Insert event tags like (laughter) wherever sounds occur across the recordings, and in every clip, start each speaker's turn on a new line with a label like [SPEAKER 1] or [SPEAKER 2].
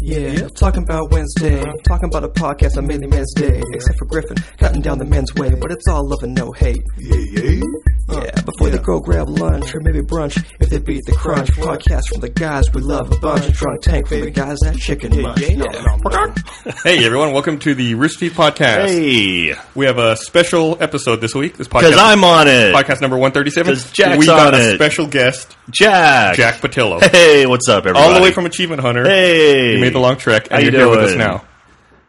[SPEAKER 1] Yeah, talking about Wednesday. Talking about a podcast on mainly men's day. Except for Griffin, cutting down the men's way, but it's all love and no hate.
[SPEAKER 2] Yeah, yeah.
[SPEAKER 1] Yeah, before they go grab lunch or maybe brunch, if they beat the crunch. Podcast from the guys we love a bunch. A drunk tank from the guys that chicken munch.
[SPEAKER 3] Hey everyone, welcome to the Rooster Teeth podcast.
[SPEAKER 4] Hey,
[SPEAKER 3] We have a special episode this week. This
[SPEAKER 4] because
[SPEAKER 3] podcast,
[SPEAKER 4] I'm on it.
[SPEAKER 3] podcast number one thirty-seven.
[SPEAKER 4] 'Cause Jack's
[SPEAKER 3] we got
[SPEAKER 4] on
[SPEAKER 3] a
[SPEAKER 4] it.
[SPEAKER 3] special guest,
[SPEAKER 4] Jack.
[SPEAKER 3] Jack Patillo,
[SPEAKER 4] Hey, what's up, everybody?
[SPEAKER 3] all the way from Achievement Hunter.
[SPEAKER 4] Hey,
[SPEAKER 3] you made the long trek, and
[SPEAKER 4] How
[SPEAKER 3] you're
[SPEAKER 4] you
[SPEAKER 3] here with us
[SPEAKER 4] doing?
[SPEAKER 3] now.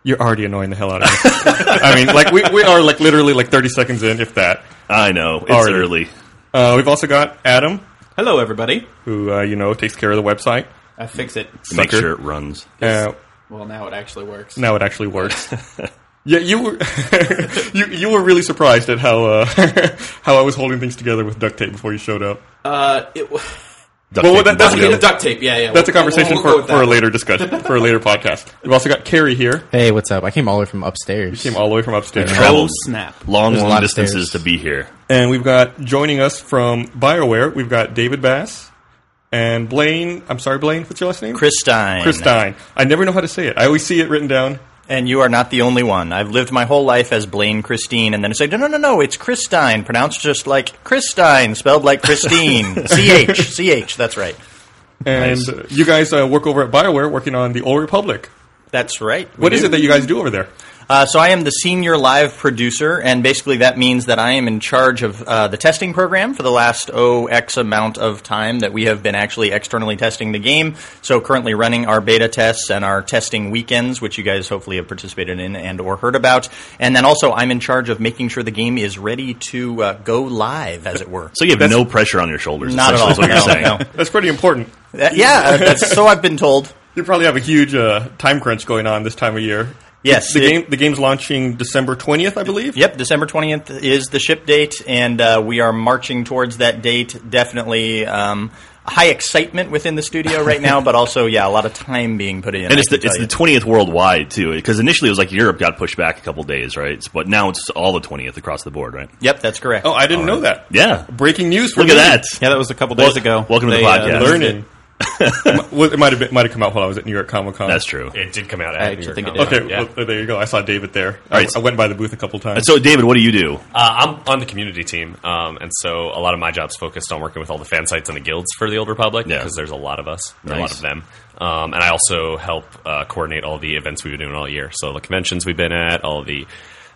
[SPEAKER 3] You're already annoying the hell out of me. (laughs) I mean, like we, we are like literally like thirty seconds in, if that.
[SPEAKER 4] I know it's
[SPEAKER 3] Already.
[SPEAKER 4] early.
[SPEAKER 3] Uh, we've also got Adam,
[SPEAKER 5] Hello, everybody.
[SPEAKER 3] who uh, you know takes care of the website.
[SPEAKER 5] I fix it.
[SPEAKER 4] Make
[SPEAKER 3] Sucker.
[SPEAKER 4] sure it runs.
[SPEAKER 3] Uh,
[SPEAKER 5] Well, now it actually works.
[SPEAKER 3] now it actually
[SPEAKER 5] (laughs)
[SPEAKER 3] works. yeah, you were (laughs) you you were really surprised at how uh, (laughs) how I was holding things together with duct tape before you showed up.
[SPEAKER 5] Uh, it w-
[SPEAKER 4] Duct
[SPEAKER 3] Well,
[SPEAKER 4] tape
[SPEAKER 3] that-
[SPEAKER 4] and
[SPEAKER 3] that's-
[SPEAKER 4] Bondo.
[SPEAKER 3] Yeah.
[SPEAKER 5] duct tape. Yeah, yeah.
[SPEAKER 3] That's a
[SPEAKER 5] We'll-
[SPEAKER 3] conversation
[SPEAKER 5] we'll- we'll go
[SPEAKER 3] for,
[SPEAKER 5] with
[SPEAKER 3] for a
[SPEAKER 5] that.
[SPEAKER 3] later discussion, for a later podcast. We've also got Carrie here,
[SPEAKER 6] Hey, what's up? I came all the way from upstairs.
[SPEAKER 3] came all the way from upstairs,
[SPEAKER 4] Travel.
[SPEAKER 5] Oh snap!
[SPEAKER 4] long,
[SPEAKER 6] There's a
[SPEAKER 4] long
[SPEAKER 6] lot of
[SPEAKER 4] distances to
[SPEAKER 6] stairs.
[SPEAKER 4] be here.
[SPEAKER 3] and we've got joining us from Bioware. We've got David Bass and Blaine. I'm sorry, Blaine. What's your last name?
[SPEAKER 7] Christine.
[SPEAKER 3] Chris Stein. I never know how to say it. I always see it written down.
[SPEAKER 7] And you are not the only one. I've lived my whole life as Blaine Christine, and then it's like, no, no, no, no, it's Christine, pronounced just like Christine, spelled like
[SPEAKER 3] (laughs)
[SPEAKER 7] Christine. C-H, C-H, that's right.
[SPEAKER 3] And uh, you guys uh, work over at Bioware, working on the Old Republic.
[SPEAKER 7] That's right.
[SPEAKER 3] What is it that you guys do over there?
[SPEAKER 7] Uh, so I am the senior live producer, and basically that means that I am in charge of uh, the testing program for the last oh x amount of time that we have been actually externally testing the game. So currently running our beta tests and our testing weekends, which you guys hopefully have participated in and or heard about, and then also I'm in charge of making sure the game is ready to uh, go live, as it were.
[SPEAKER 4] So you have no pressure on your shoulders.
[SPEAKER 7] Not at all.
[SPEAKER 4] essentially Is what
[SPEAKER 3] (laughs)
[SPEAKER 4] you're
[SPEAKER 7] No,
[SPEAKER 4] saying.
[SPEAKER 7] no.
[SPEAKER 3] That's pretty important.
[SPEAKER 7] That- yeah, uh, that's, so I've been told.
[SPEAKER 3] You probably have a huge uh, time crunch going on this time of year.
[SPEAKER 7] Yes,
[SPEAKER 3] the
[SPEAKER 7] it-
[SPEAKER 3] game the game's launching December twentieth, I believe.
[SPEAKER 7] Yep, December 20th is the ship date, and uh, we are marching towards that date. Definitely um, high excitement within the studio right now, but also, yeah, a lot of time being put in.
[SPEAKER 4] And
[SPEAKER 7] I
[SPEAKER 4] it's the
[SPEAKER 7] can tell
[SPEAKER 4] it's the
[SPEAKER 7] you.
[SPEAKER 4] twentieth worldwide too, because initially it was like Europe got pushed back a couple days, right? But now it's all the twentieth across the board, right?
[SPEAKER 7] yep, that's correct.
[SPEAKER 3] Oh, I didn't know that.
[SPEAKER 4] Yeah.
[SPEAKER 3] Breaking news. For
[SPEAKER 4] Look at
[SPEAKER 3] me.
[SPEAKER 4] that.
[SPEAKER 5] Yeah, that was a couple days ago.
[SPEAKER 4] welcome to the
[SPEAKER 5] They, uh,
[SPEAKER 4] podcast.
[SPEAKER 3] Learning. it mi- it might have been, might have come out while I was at New York Comic Con.
[SPEAKER 4] That's true.
[SPEAKER 8] It did come out.
[SPEAKER 5] I
[SPEAKER 8] at New
[SPEAKER 5] actually
[SPEAKER 8] York
[SPEAKER 5] think it
[SPEAKER 8] Comic
[SPEAKER 5] did.
[SPEAKER 3] Okay,
[SPEAKER 8] Con, yeah.
[SPEAKER 3] well, there you go. I saw David there.
[SPEAKER 4] right.
[SPEAKER 3] I, I went by the booth a couple times.
[SPEAKER 4] So, David, what do you do?
[SPEAKER 8] Uh, I'm on the community team, um, and so a lot of my job's focused on working with all the fan sites and the guilds for the Old Republic
[SPEAKER 4] Yeah.
[SPEAKER 8] because there's a lot of us, there are a lot
[SPEAKER 4] Nice.
[SPEAKER 8] of them. Um, and I also help uh, coordinate all the events we've been doing all year. So the conventions we've been at, all the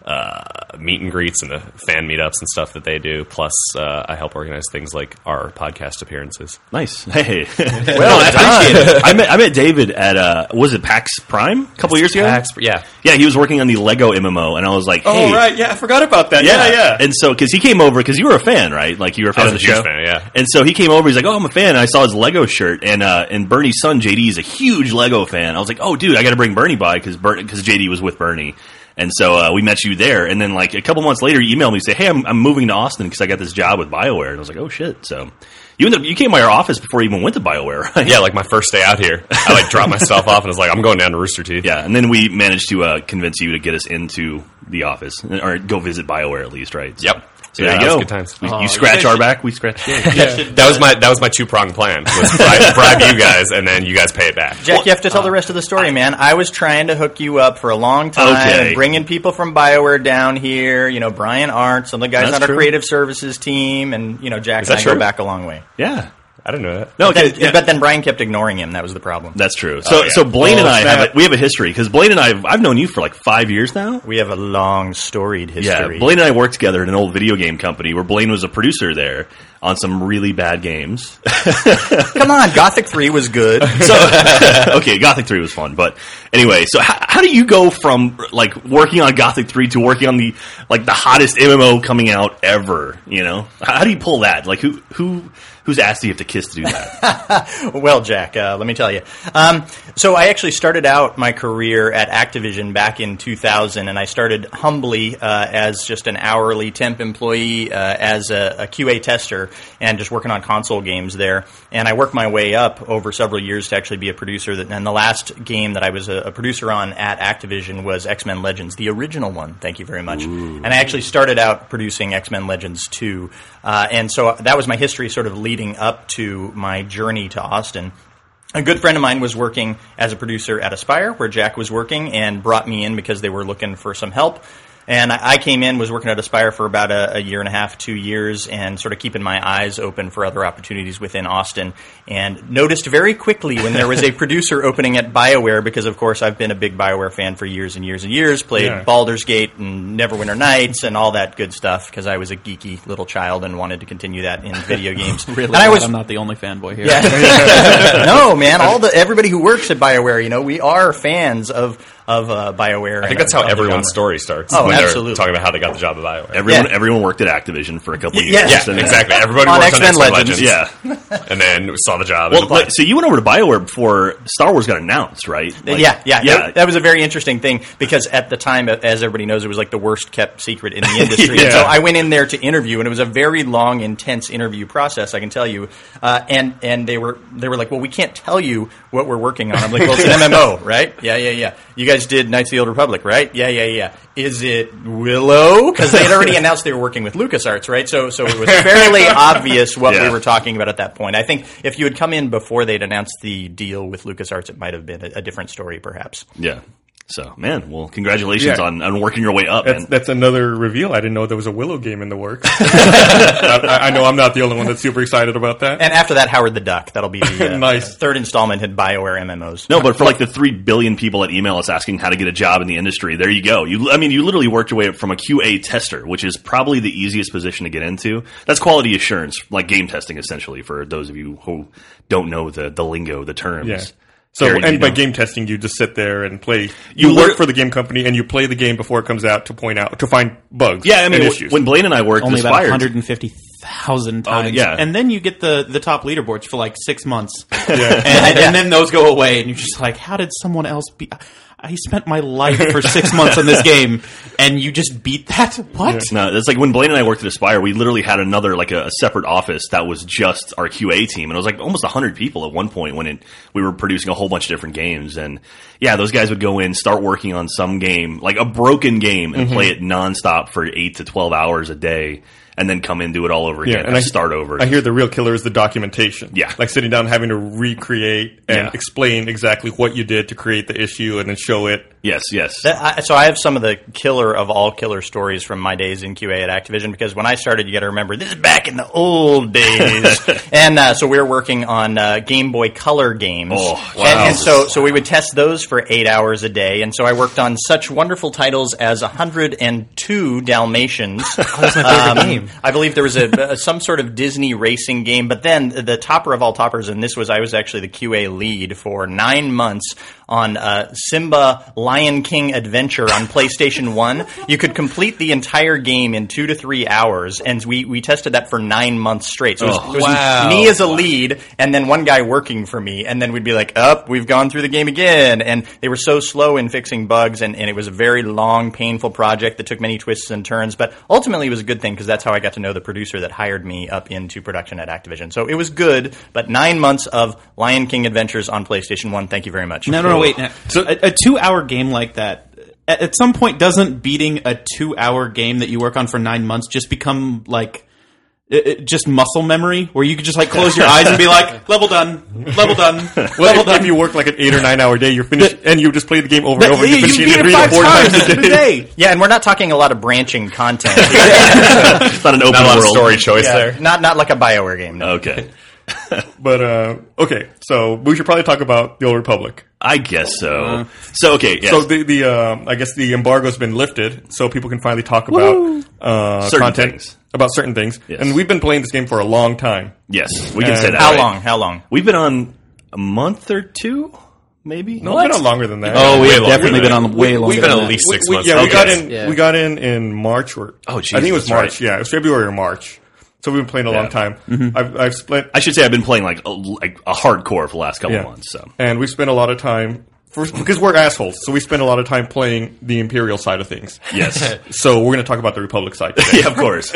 [SPEAKER 8] uh, meet and greets and the fan meetups and stuff that they do. Plus, uh, I help organize things like our podcast appearances.
[SPEAKER 4] Nice. (laughs) Hey. well, I appreciate it. I met, I met David at, uh, was it PAX Prime a couple years ago?
[SPEAKER 8] PAX, yeah.
[SPEAKER 4] Yeah, he was working on the Lego MMO, and I was like, hey.
[SPEAKER 3] oh right, yeah, I forgot about that. Yeah, yeah.
[SPEAKER 4] And so, because he came over, because you were a fan, right? Like, you were a fan
[SPEAKER 8] was
[SPEAKER 4] of the
[SPEAKER 8] a huge
[SPEAKER 4] show.
[SPEAKER 8] fan, yeah.
[SPEAKER 4] And so he came over, he's like, oh, I'm a fan. And I saw his Lego shirt, and uh, and Bernie's son, JD, is a huge Lego fan. I was like, oh, dude, I got to bring Bernie by, because JD was with Bernie. And so uh, we met you there, and then like a couple months later, you emailed me say, "Hey, I'm, I'm moving to Austin because I got this job with Bioware." And I was like, "Oh shit!" So you ended up, you came by our office before you even went to Bioware, (laughs) right?
[SPEAKER 8] Yeah, like my first day out here, I like dropped (laughs) myself off and was like, I'm going down to Rooster Teeth.
[SPEAKER 4] Yeah, and then we managed to uh, convince you to get us into the office or go visit Bioware at least, right? So-
[SPEAKER 8] Yep.
[SPEAKER 4] So
[SPEAKER 8] Yeah,
[SPEAKER 4] there
[SPEAKER 8] that
[SPEAKER 4] you
[SPEAKER 8] was
[SPEAKER 4] go.
[SPEAKER 8] good times.
[SPEAKER 4] We-
[SPEAKER 8] Oh,
[SPEAKER 4] you
[SPEAKER 8] you
[SPEAKER 4] scratch
[SPEAKER 7] guys
[SPEAKER 4] our
[SPEAKER 7] should-
[SPEAKER 4] back, we scratch yours.
[SPEAKER 8] That was my that was my two prong plan: was bribe, (laughs) bribe you guys, and then you guys pay it back.
[SPEAKER 7] Jack, you have to tell the rest of the story, man. I was trying to hook you up for a long time,
[SPEAKER 4] Okay.
[SPEAKER 7] bringing people from Bioware down here. You know, Brian Arts, some of the guys
[SPEAKER 4] That's
[SPEAKER 7] on our
[SPEAKER 4] true.
[SPEAKER 7] creative services team, and you know, Jack
[SPEAKER 8] Is
[SPEAKER 7] and
[SPEAKER 8] that
[SPEAKER 7] I go
[SPEAKER 8] true?
[SPEAKER 7] back a long way.
[SPEAKER 4] yeah.
[SPEAKER 8] I don't know that.
[SPEAKER 4] No,
[SPEAKER 7] But,
[SPEAKER 4] okay,
[SPEAKER 7] then,
[SPEAKER 4] yeah,
[SPEAKER 7] but then Brian kept ignoring him. That was the problem.
[SPEAKER 4] that's true. Oh, So,
[SPEAKER 8] yeah.
[SPEAKER 4] so Blaine and I
[SPEAKER 3] snap.
[SPEAKER 4] have a, we have a history because Blaine and I have, I've known you for like five years now.
[SPEAKER 7] we have a long, storied
[SPEAKER 4] Yeah,
[SPEAKER 7] history.
[SPEAKER 4] Blaine and I worked together at an old video game company where Blaine was a producer there on some really bad games.
[SPEAKER 7] Come on, Gothic 3
[SPEAKER 4] (laughs)
[SPEAKER 7] was good.
[SPEAKER 4] So okay, Gothic Three was fun, but anyway, so how, how do you go from like working on Gothic Three to working on the like the hottest MMO coming out ever? You know, how, how do you pull that? Like who who who's asked you have to kiss to do that?
[SPEAKER 7] (laughs) Well, Jack, uh, let me tell you. Um, so I actually started out my career at Activision back in 2000, and I started humbly uh, as just an hourly temp employee uh, as a, a QA tester and just working on console games there. And I worked my way up over several years to actually be a producer. That, and the last game that I was a, a producer on at Activision was X Men Legends, the original one. Thank you very much. And I actually started out producing X Men Legends 2. Uh, and so that was my history sort of leading up to my journey to Austin. a good friend of mine was working as a producer at Aspire, where Jack was working, and brought me in because they were looking for some help. And I I came in, was working at Aspire for about a, a year and a half, two years, and sort of keeping my eyes open for other opportunities within Austin. And noticed very quickly when there
[SPEAKER 5] (laughs)
[SPEAKER 7] was a producer opening at BioWare, because of course I've been a big BioWare fan for years and years and years, played
[SPEAKER 3] Yeah.
[SPEAKER 7] Baldur's Gate and Neverwinter Nights and all that good stuff, because I was a geeky little child and wanted to continue
[SPEAKER 5] (laughs)
[SPEAKER 7] that in video games.
[SPEAKER 5] Really,
[SPEAKER 7] and I was
[SPEAKER 5] I'm not the only fanboy here.
[SPEAKER 7] yeah. no, man. All the everybody who works at Bioware, you know, we are fans of of uh, Bioware.
[SPEAKER 8] I think that's how everyone's story starts.
[SPEAKER 7] Oh,
[SPEAKER 8] when they're
[SPEAKER 7] absolutely.
[SPEAKER 8] Talking about how they got the job at Bioware.
[SPEAKER 4] Everyone,
[SPEAKER 7] Yeah.
[SPEAKER 4] everyone worked at Activision for a couple
[SPEAKER 7] Y-
[SPEAKER 4] years.
[SPEAKER 7] yeah.
[SPEAKER 8] yeah,
[SPEAKER 4] and, uh,
[SPEAKER 8] exactly. Everybody
[SPEAKER 7] On
[SPEAKER 8] worked
[SPEAKER 7] X-Men
[SPEAKER 8] on
[SPEAKER 7] Legends.
[SPEAKER 8] Legends.
[SPEAKER 4] Yeah.
[SPEAKER 8] and then saw the job.
[SPEAKER 4] Well,
[SPEAKER 8] and applied.
[SPEAKER 4] like, so you went over to Bioware before Star Wars got announced, right? Like-
[SPEAKER 7] yeah, yeah,
[SPEAKER 4] yeah.
[SPEAKER 7] That, that was a very interesting thing because at the time, as everybody knows, it was like the worst kept secret in
[SPEAKER 8] (laughs)
[SPEAKER 7] the industry. And so I went in there to interview, and it was a very long, intense interview process. I can tell you. Uh, and and they were they were like, well, we can't tell you what we're working on. I'm like, well, it's an MMO, right? Yeah, yeah, yeah. You guys did Knights of the Old Republic, right? Yeah, yeah, yeah. Is it Willow? Because they had already announced they were working with LucasArts, right? So so it was fairly obvious what
[SPEAKER 4] Yeah.
[SPEAKER 7] we were talking about at that point. I think if you had come in before they'd announced the deal with LucasArts, it might have been a, a different story, perhaps.
[SPEAKER 4] yeah. So, man, well, congratulations
[SPEAKER 3] Yeah.
[SPEAKER 4] on, on working your way up.
[SPEAKER 3] That's,
[SPEAKER 4] man.
[SPEAKER 3] that's another reveal. I didn't know there was a Willow game in the works. I, I- I know I'm not the only one that's super excited about that.
[SPEAKER 7] And after that, Howard the Duck. That'll be the uh,
[SPEAKER 3] Nice.
[SPEAKER 7] third installment in Bioware MMOs.
[SPEAKER 4] No, but for like the three billion people that email us asking how to get a job in the industry, there you go. You, I mean, you literally worked your way up from a QA tester, which is probably the easiest position to get into. That's quality assurance, like game testing, essentially. For those of you who don't know the the lingo, the terms.
[SPEAKER 3] yeah. So,
[SPEAKER 4] Gary, do you
[SPEAKER 3] and by
[SPEAKER 4] know?
[SPEAKER 3] game testing, you just sit there and play.
[SPEAKER 4] You
[SPEAKER 3] You, work,
[SPEAKER 4] work-
[SPEAKER 3] for the game company and you play the game before it comes out to point out to find bugs.
[SPEAKER 4] yeah. I mean,
[SPEAKER 3] and
[SPEAKER 4] w-
[SPEAKER 3] issues.
[SPEAKER 4] when Blaine and I worked,
[SPEAKER 5] only
[SPEAKER 4] this
[SPEAKER 5] about
[SPEAKER 4] fired- Oh,
[SPEAKER 5] 150,000 times.
[SPEAKER 4] yeah.
[SPEAKER 5] And then you get the, the top leaderboards for like
[SPEAKER 4] (laughs)
[SPEAKER 5] six months. And, and then those go away, and you're just like, how did someone else be. I spent my life for six
[SPEAKER 4] (laughs)
[SPEAKER 5] months on this game, and you just beat that? What?
[SPEAKER 4] No, that's like when Blaine and I worked at Aspire, we literally had another like a, a separate office that was just our QA team, and it was like almost hundred people at one point when it we were producing a whole bunch of different games, and yeah, those guys would go in, start working on some game, like a broken game, and
[SPEAKER 3] Mm-hmm.
[SPEAKER 4] play it nonstop for eight to twelve hours a day, and then come in do it all over again, and start over.
[SPEAKER 3] I hear the real killer is the documentation.
[SPEAKER 4] Yeah.
[SPEAKER 3] like sitting down, having to recreate and
[SPEAKER 4] Yeah.
[SPEAKER 3] explain exactly what you did to create the issue, and then show it.
[SPEAKER 4] yes, yes,
[SPEAKER 7] That- I, so I have some of the killer of all killer stories from my days in QA at Activision because when I started, you got to remember this is back in the
[SPEAKER 4] (laughs)
[SPEAKER 7] old days, and uh, so we were working on uh, Game Boy Color games,
[SPEAKER 4] Oh,
[SPEAKER 7] And-
[SPEAKER 4] wow.
[SPEAKER 7] and, so so we would test those for eight hours a day, and so I worked on such wonderful titles as
[SPEAKER 5] (laughs)
[SPEAKER 7] 102 Dalmatians.
[SPEAKER 5] Oh,
[SPEAKER 7] Um,
[SPEAKER 5] That's my favorite game.
[SPEAKER 7] I believe there was a, a some sort of Disney racing game, but then the topper of all toppers, and this was I was actually the QA lead for nine months on uh, Simba Lion King Adventure on PlayStation
[SPEAKER 5] (laughs)
[SPEAKER 7] One. You could complete the entire game in two to three hours, and we we tested that for nine months straight. So it was, it was
[SPEAKER 5] Oh, Wow.
[SPEAKER 7] me as a lead, and then one guy working for me, and then we'd be like, "Up, we've gone through the game again." And they were so slow in fixing bugs, and, and it was a very long, painful project that took many twists and turns. But ultimately, it was a good thing because that's how I got to know the producer that hired me up into production at Activision. So it was good, but nine months of Lion King Adventures on PlayStation One. Thank you very much.
[SPEAKER 5] No, no, no, wait. No. a, a two-hour game like that, at, at some point, doesn't beating a two-hour game that you work on for nine months just become like it, it- just muscle memory, where you could just like close your eyes and be like, level done, level done, level
[SPEAKER 3] Well, if,
[SPEAKER 5] done.
[SPEAKER 3] if you work like an eight or nine hour day, you're finished, and you just play the game over and
[SPEAKER 5] But
[SPEAKER 3] over.
[SPEAKER 5] you,
[SPEAKER 3] and
[SPEAKER 5] you
[SPEAKER 3] finish
[SPEAKER 5] beat
[SPEAKER 3] and
[SPEAKER 5] it
[SPEAKER 3] read
[SPEAKER 5] five
[SPEAKER 3] four
[SPEAKER 7] (laughs)
[SPEAKER 5] times in a day.
[SPEAKER 7] Yeah, and we're not talking a lot of branching content.
[SPEAKER 5] (laughs)
[SPEAKER 4] it's not an open
[SPEAKER 8] not a lot of
[SPEAKER 4] world
[SPEAKER 8] story choice
[SPEAKER 7] Yeah,
[SPEAKER 8] there.
[SPEAKER 7] Not not like a Bioware game. No.
[SPEAKER 4] Okay,
[SPEAKER 3] But uh, okay, so we should probably talk about the Old Republic.
[SPEAKER 4] I guess so. so okay, yes.
[SPEAKER 3] Uh-huh. So the the um, I guess the embargo's been lifted, so people can finally talk about uh,
[SPEAKER 4] Certain
[SPEAKER 3] content
[SPEAKER 4] things.
[SPEAKER 3] about certain things.
[SPEAKER 4] Yes.
[SPEAKER 3] And we've been playing this game for a long time.
[SPEAKER 4] yes, we
[SPEAKER 3] Uh,
[SPEAKER 4] can say that.
[SPEAKER 7] How
[SPEAKER 4] right?
[SPEAKER 7] long? How long?
[SPEAKER 4] We've been on a month or two, maybe.
[SPEAKER 3] No, it's been longer than that.
[SPEAKER 5] Oh,
[SPEAKER 8] Way
[SPEAKER 5] we've
[SPEAKER 8] longer
[SPEAKER 5] definitely
[SPEAKER 8] than
[SPEAKER 5] been
[SPEAKER 8] that.
[SPEAKER 5] on way longer.
[SPEAKER 8] We've been
[SPEAKER 5] than
[SPEAKER 8] at
[SPEAKER 5] that.
[SPEAKER 8] least six
[SPEAKER 3] we,
[SPEAKER 8] months.
[SPEAKER 3] Yeah, we
[SPEAKER 8] Okay.
[SPEAKER 3] got in.
[SPEAKER 6] Yeah.
[SPEAKER 3] We got in in March. Or,
[SPEAKER 4] Oh, geez,
[SPEAKER 3] I think it was
[SPEAKER 4] that's right. Mm-hmm.
[SPEAKER 3] March. Yeah, it was February or March. So we've been playing a long time. I've, I've spent
[SPEAKER 4] I should say I've been playing like a, like a hardcore for the last couple months.
[SPEAKER 8] (laughs)
[SPEAKER 4] So (laughs)
[SPEAKER 3] And we spent a lot of time first because we're assholes, so we spend a lot of time playing the imperial side of things.
[SPEAKER 4] yes,
[SPEAKER 3] (laughs) So we're going to talk about the republic side.
[SPEAKER 4] (laughs)
[SPEAKER 3] Today.
[SPEAKER 4] yeah, of
[SPEAKER 8] (laughs)
[SPEAKER 4] course.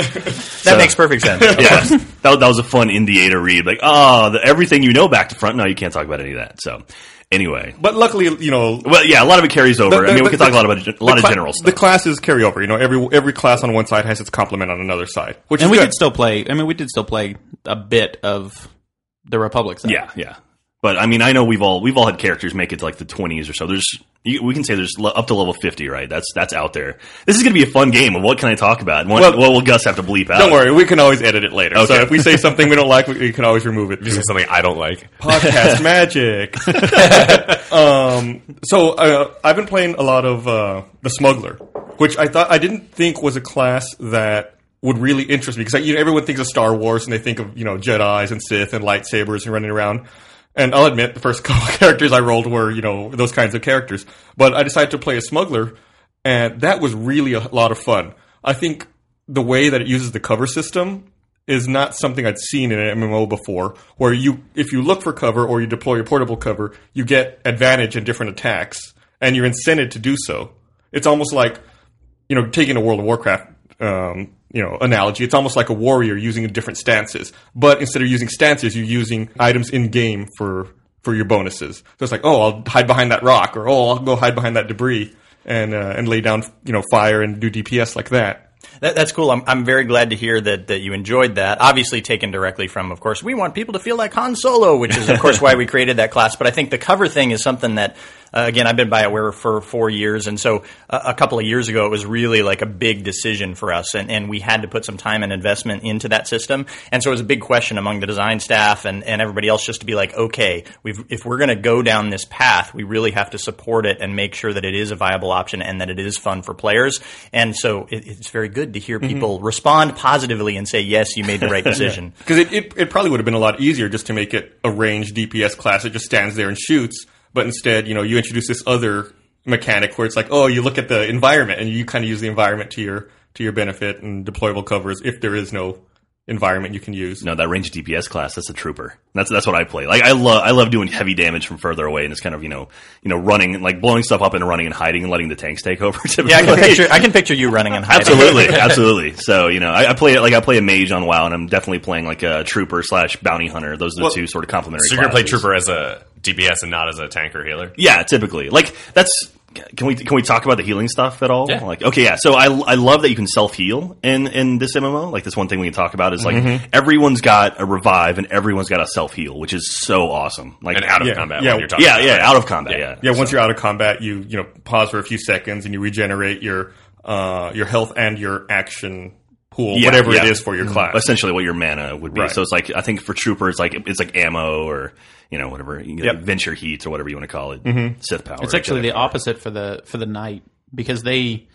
[SPEAKER 7] That makes perfect sense.
[SPEAKER 4] yeah, that, that was a fun indie to read. Like, oh, the, everything you know back to front. No, you can't talk about any of that. So anyway,
[SPEAKER 3] But luckily, you know,
[SPEAKER 4] well, yeah, a lot of it carries over.
[SPEAKER 3] The-
[SPEAKER 4] I mean, we
[SPEAKER 3] the-
[SPEAKER 4] can
[SPEAKER 3] the-
[SPEAKER 4] talk a lot about a lot
[SPEAKER 3] the
[SPEAKER 4] of
[SPEAKER 3] cla-
[SPEAKER 4] general
[SPEAKER 3] The
[SPEAKER 4] stuff.
[SPEAKER 3] classes carry over. You know, every every class on one side has its complement on another side, which
[SPEAKER 5] and
[SPEAKER 3] is
[SPEAKER 5] we
[SPEAKER 3] good.
[SPEAKER 5] did still play. I mean, we did still play a bit of the Republic. Side.
[SPEAKER 4] yeah, yeah. But I mean, I know we've all we've all had characters make it to like the twenties or so. There's you, we can say there's le- up to level fifty, right? That's that's out there. This is going to be a fun game. Of what can I talk about? And What,
[SPEAKER 3] Well-
[SPEAKER 4] what will Gus have to bleep out?
[SPEAKER 3] Don't worry, we can always edit it later. So
[SPEAKER 4] Okay.
[SPEAKER 3] if we say something we don't like, we, we can always remove it.
[SPEAKER 8] If you say something I don't like,
[SPEAKER 3] podcast magic. um, so uh, I've been playing a lot of uh, the smuggler, which I thought I didn't think was a class that would really interest me because like, you know, everyone thinks of Star Wars and they think of you know Jedi's and Sith and lightsabers and running around. And I'll admit the first (laughs) couple characters I rolled were you know those kinds of characters, but I decided to play a smuggler, and that was really a lot of fun. I think the way that it uses the cover system is not something I'd seen in an MMO before, where you if you look for cover or you deploy a portable cover, you get advantage in different attacks, and you're incented to do so. It's almost like you know, taking a World of Warcraft, um, you know, analogy, it's almost like a warrior using different stances. But instead of using stances, you're using items in game for for your bonuses. So it's like, oh, I'll hide behind that rock, or oh, I'll go hide behind that debris and uh, and lay down, you know, fire and do DPS like that.
[SPEAKER 7] That, that's cool. I'm, I'm very glad to hear that, that you enjoyed that. Obviously, taken directly from, of course, we want people to feel like Han Solo, which is, of course, why we created that class. But I think the cover thing is something that, uh, again, I've been BioWare for four years. And so uh, a, a couple of years ago, it was really like a big decision for us. And, and we had to put some time and investment into that system. And so it was a big question among the design staff and, and everybody else just to be like, okay, we've, if we're going to go down this path, we really have to support it and make sure that it is a viable option and that it is fun for players. And so it, it's very good to hear people respond positively and say, yes, you made the right decision.
[SPEAKER 3] Because it, it, it probably would have been a lot easier just to make it a ranged DPS class that just stands there and shoots. But instead, you know, you introduce this other mechanic where it's like, oh, you look at the environment and you kind of use the environment to your to your benefit and deployable covers if there is no environment you can use.
[SPEAKER 4] No, that range DPS class, that's a trooper. That's that's what I play. Like I love I love doing heavy damage from further away and just kind of, you know, you know, running and like blowing stuff up and running and hiding and letting the tanks take over (laughs) typically.
[SPEAKER 7] yeah, I can picture, I can picture you running and hiding.
[SPEAKER 4] absolutely, absolutely. So, you know, I, I play it like I play a mage on WoW and I'm definitely playing like a trooper slash bounty hunter. Those are the
[SPEAKER 3] Well,
[SPEAKER 4] two sort of complementary
[SPEAKER 8] so you're gonna play
[SPEAKER 4] classes.
[SPEAKER 8] trooper as a DPS and not as a tank or healer.
[SPEAKER 4] Yeah, typically. Like that's can we can we talk about the healing stuff at all?
[SPEAKER 8] Yeah.
[SPEAKER 4] Like okay, yeah. So I I love that you can self heal in in this MMO. Like this one thing we can talk about is like everyone's got a revive and everyone's got a self heal, which is so awesome. Like
[SPEAKER 8] And out of
[SPEAKER 3] Yeah,
[SPEAKER 8] combat
[SPEAKER 3] yeah,
[SPEAKER 8] when you're talking
[SPEAKER 4] yeah,
[SPEAKER 8] about,
[SPEAKER 4] yeah,
[SPEAKER 8] right?
[SPEAKER 4] out of combat. Yeah,
[SPEAKER 3] Yeah, once you're out of combat, you you know pause for a few seconds and you regenerate your uh, your health and your action pool,
[SPEAKER 4] Yeah,
[SPEAKER 3] whatever
[SPEAKER 4] yeah. Mm-hmm.
[SPEAKER 3] it is for your class.
[SPEAKER 4] essentially what your mana would be.
[SPEAKER 3] Right.
[SPEAKER 4] So it's like I think for trooper, it's like it's like ammo or you know whatever you know, venture heat or whatever you want to call it, Sith power.
[SPEAKER 5] It's actually the opposite for the for the knight because they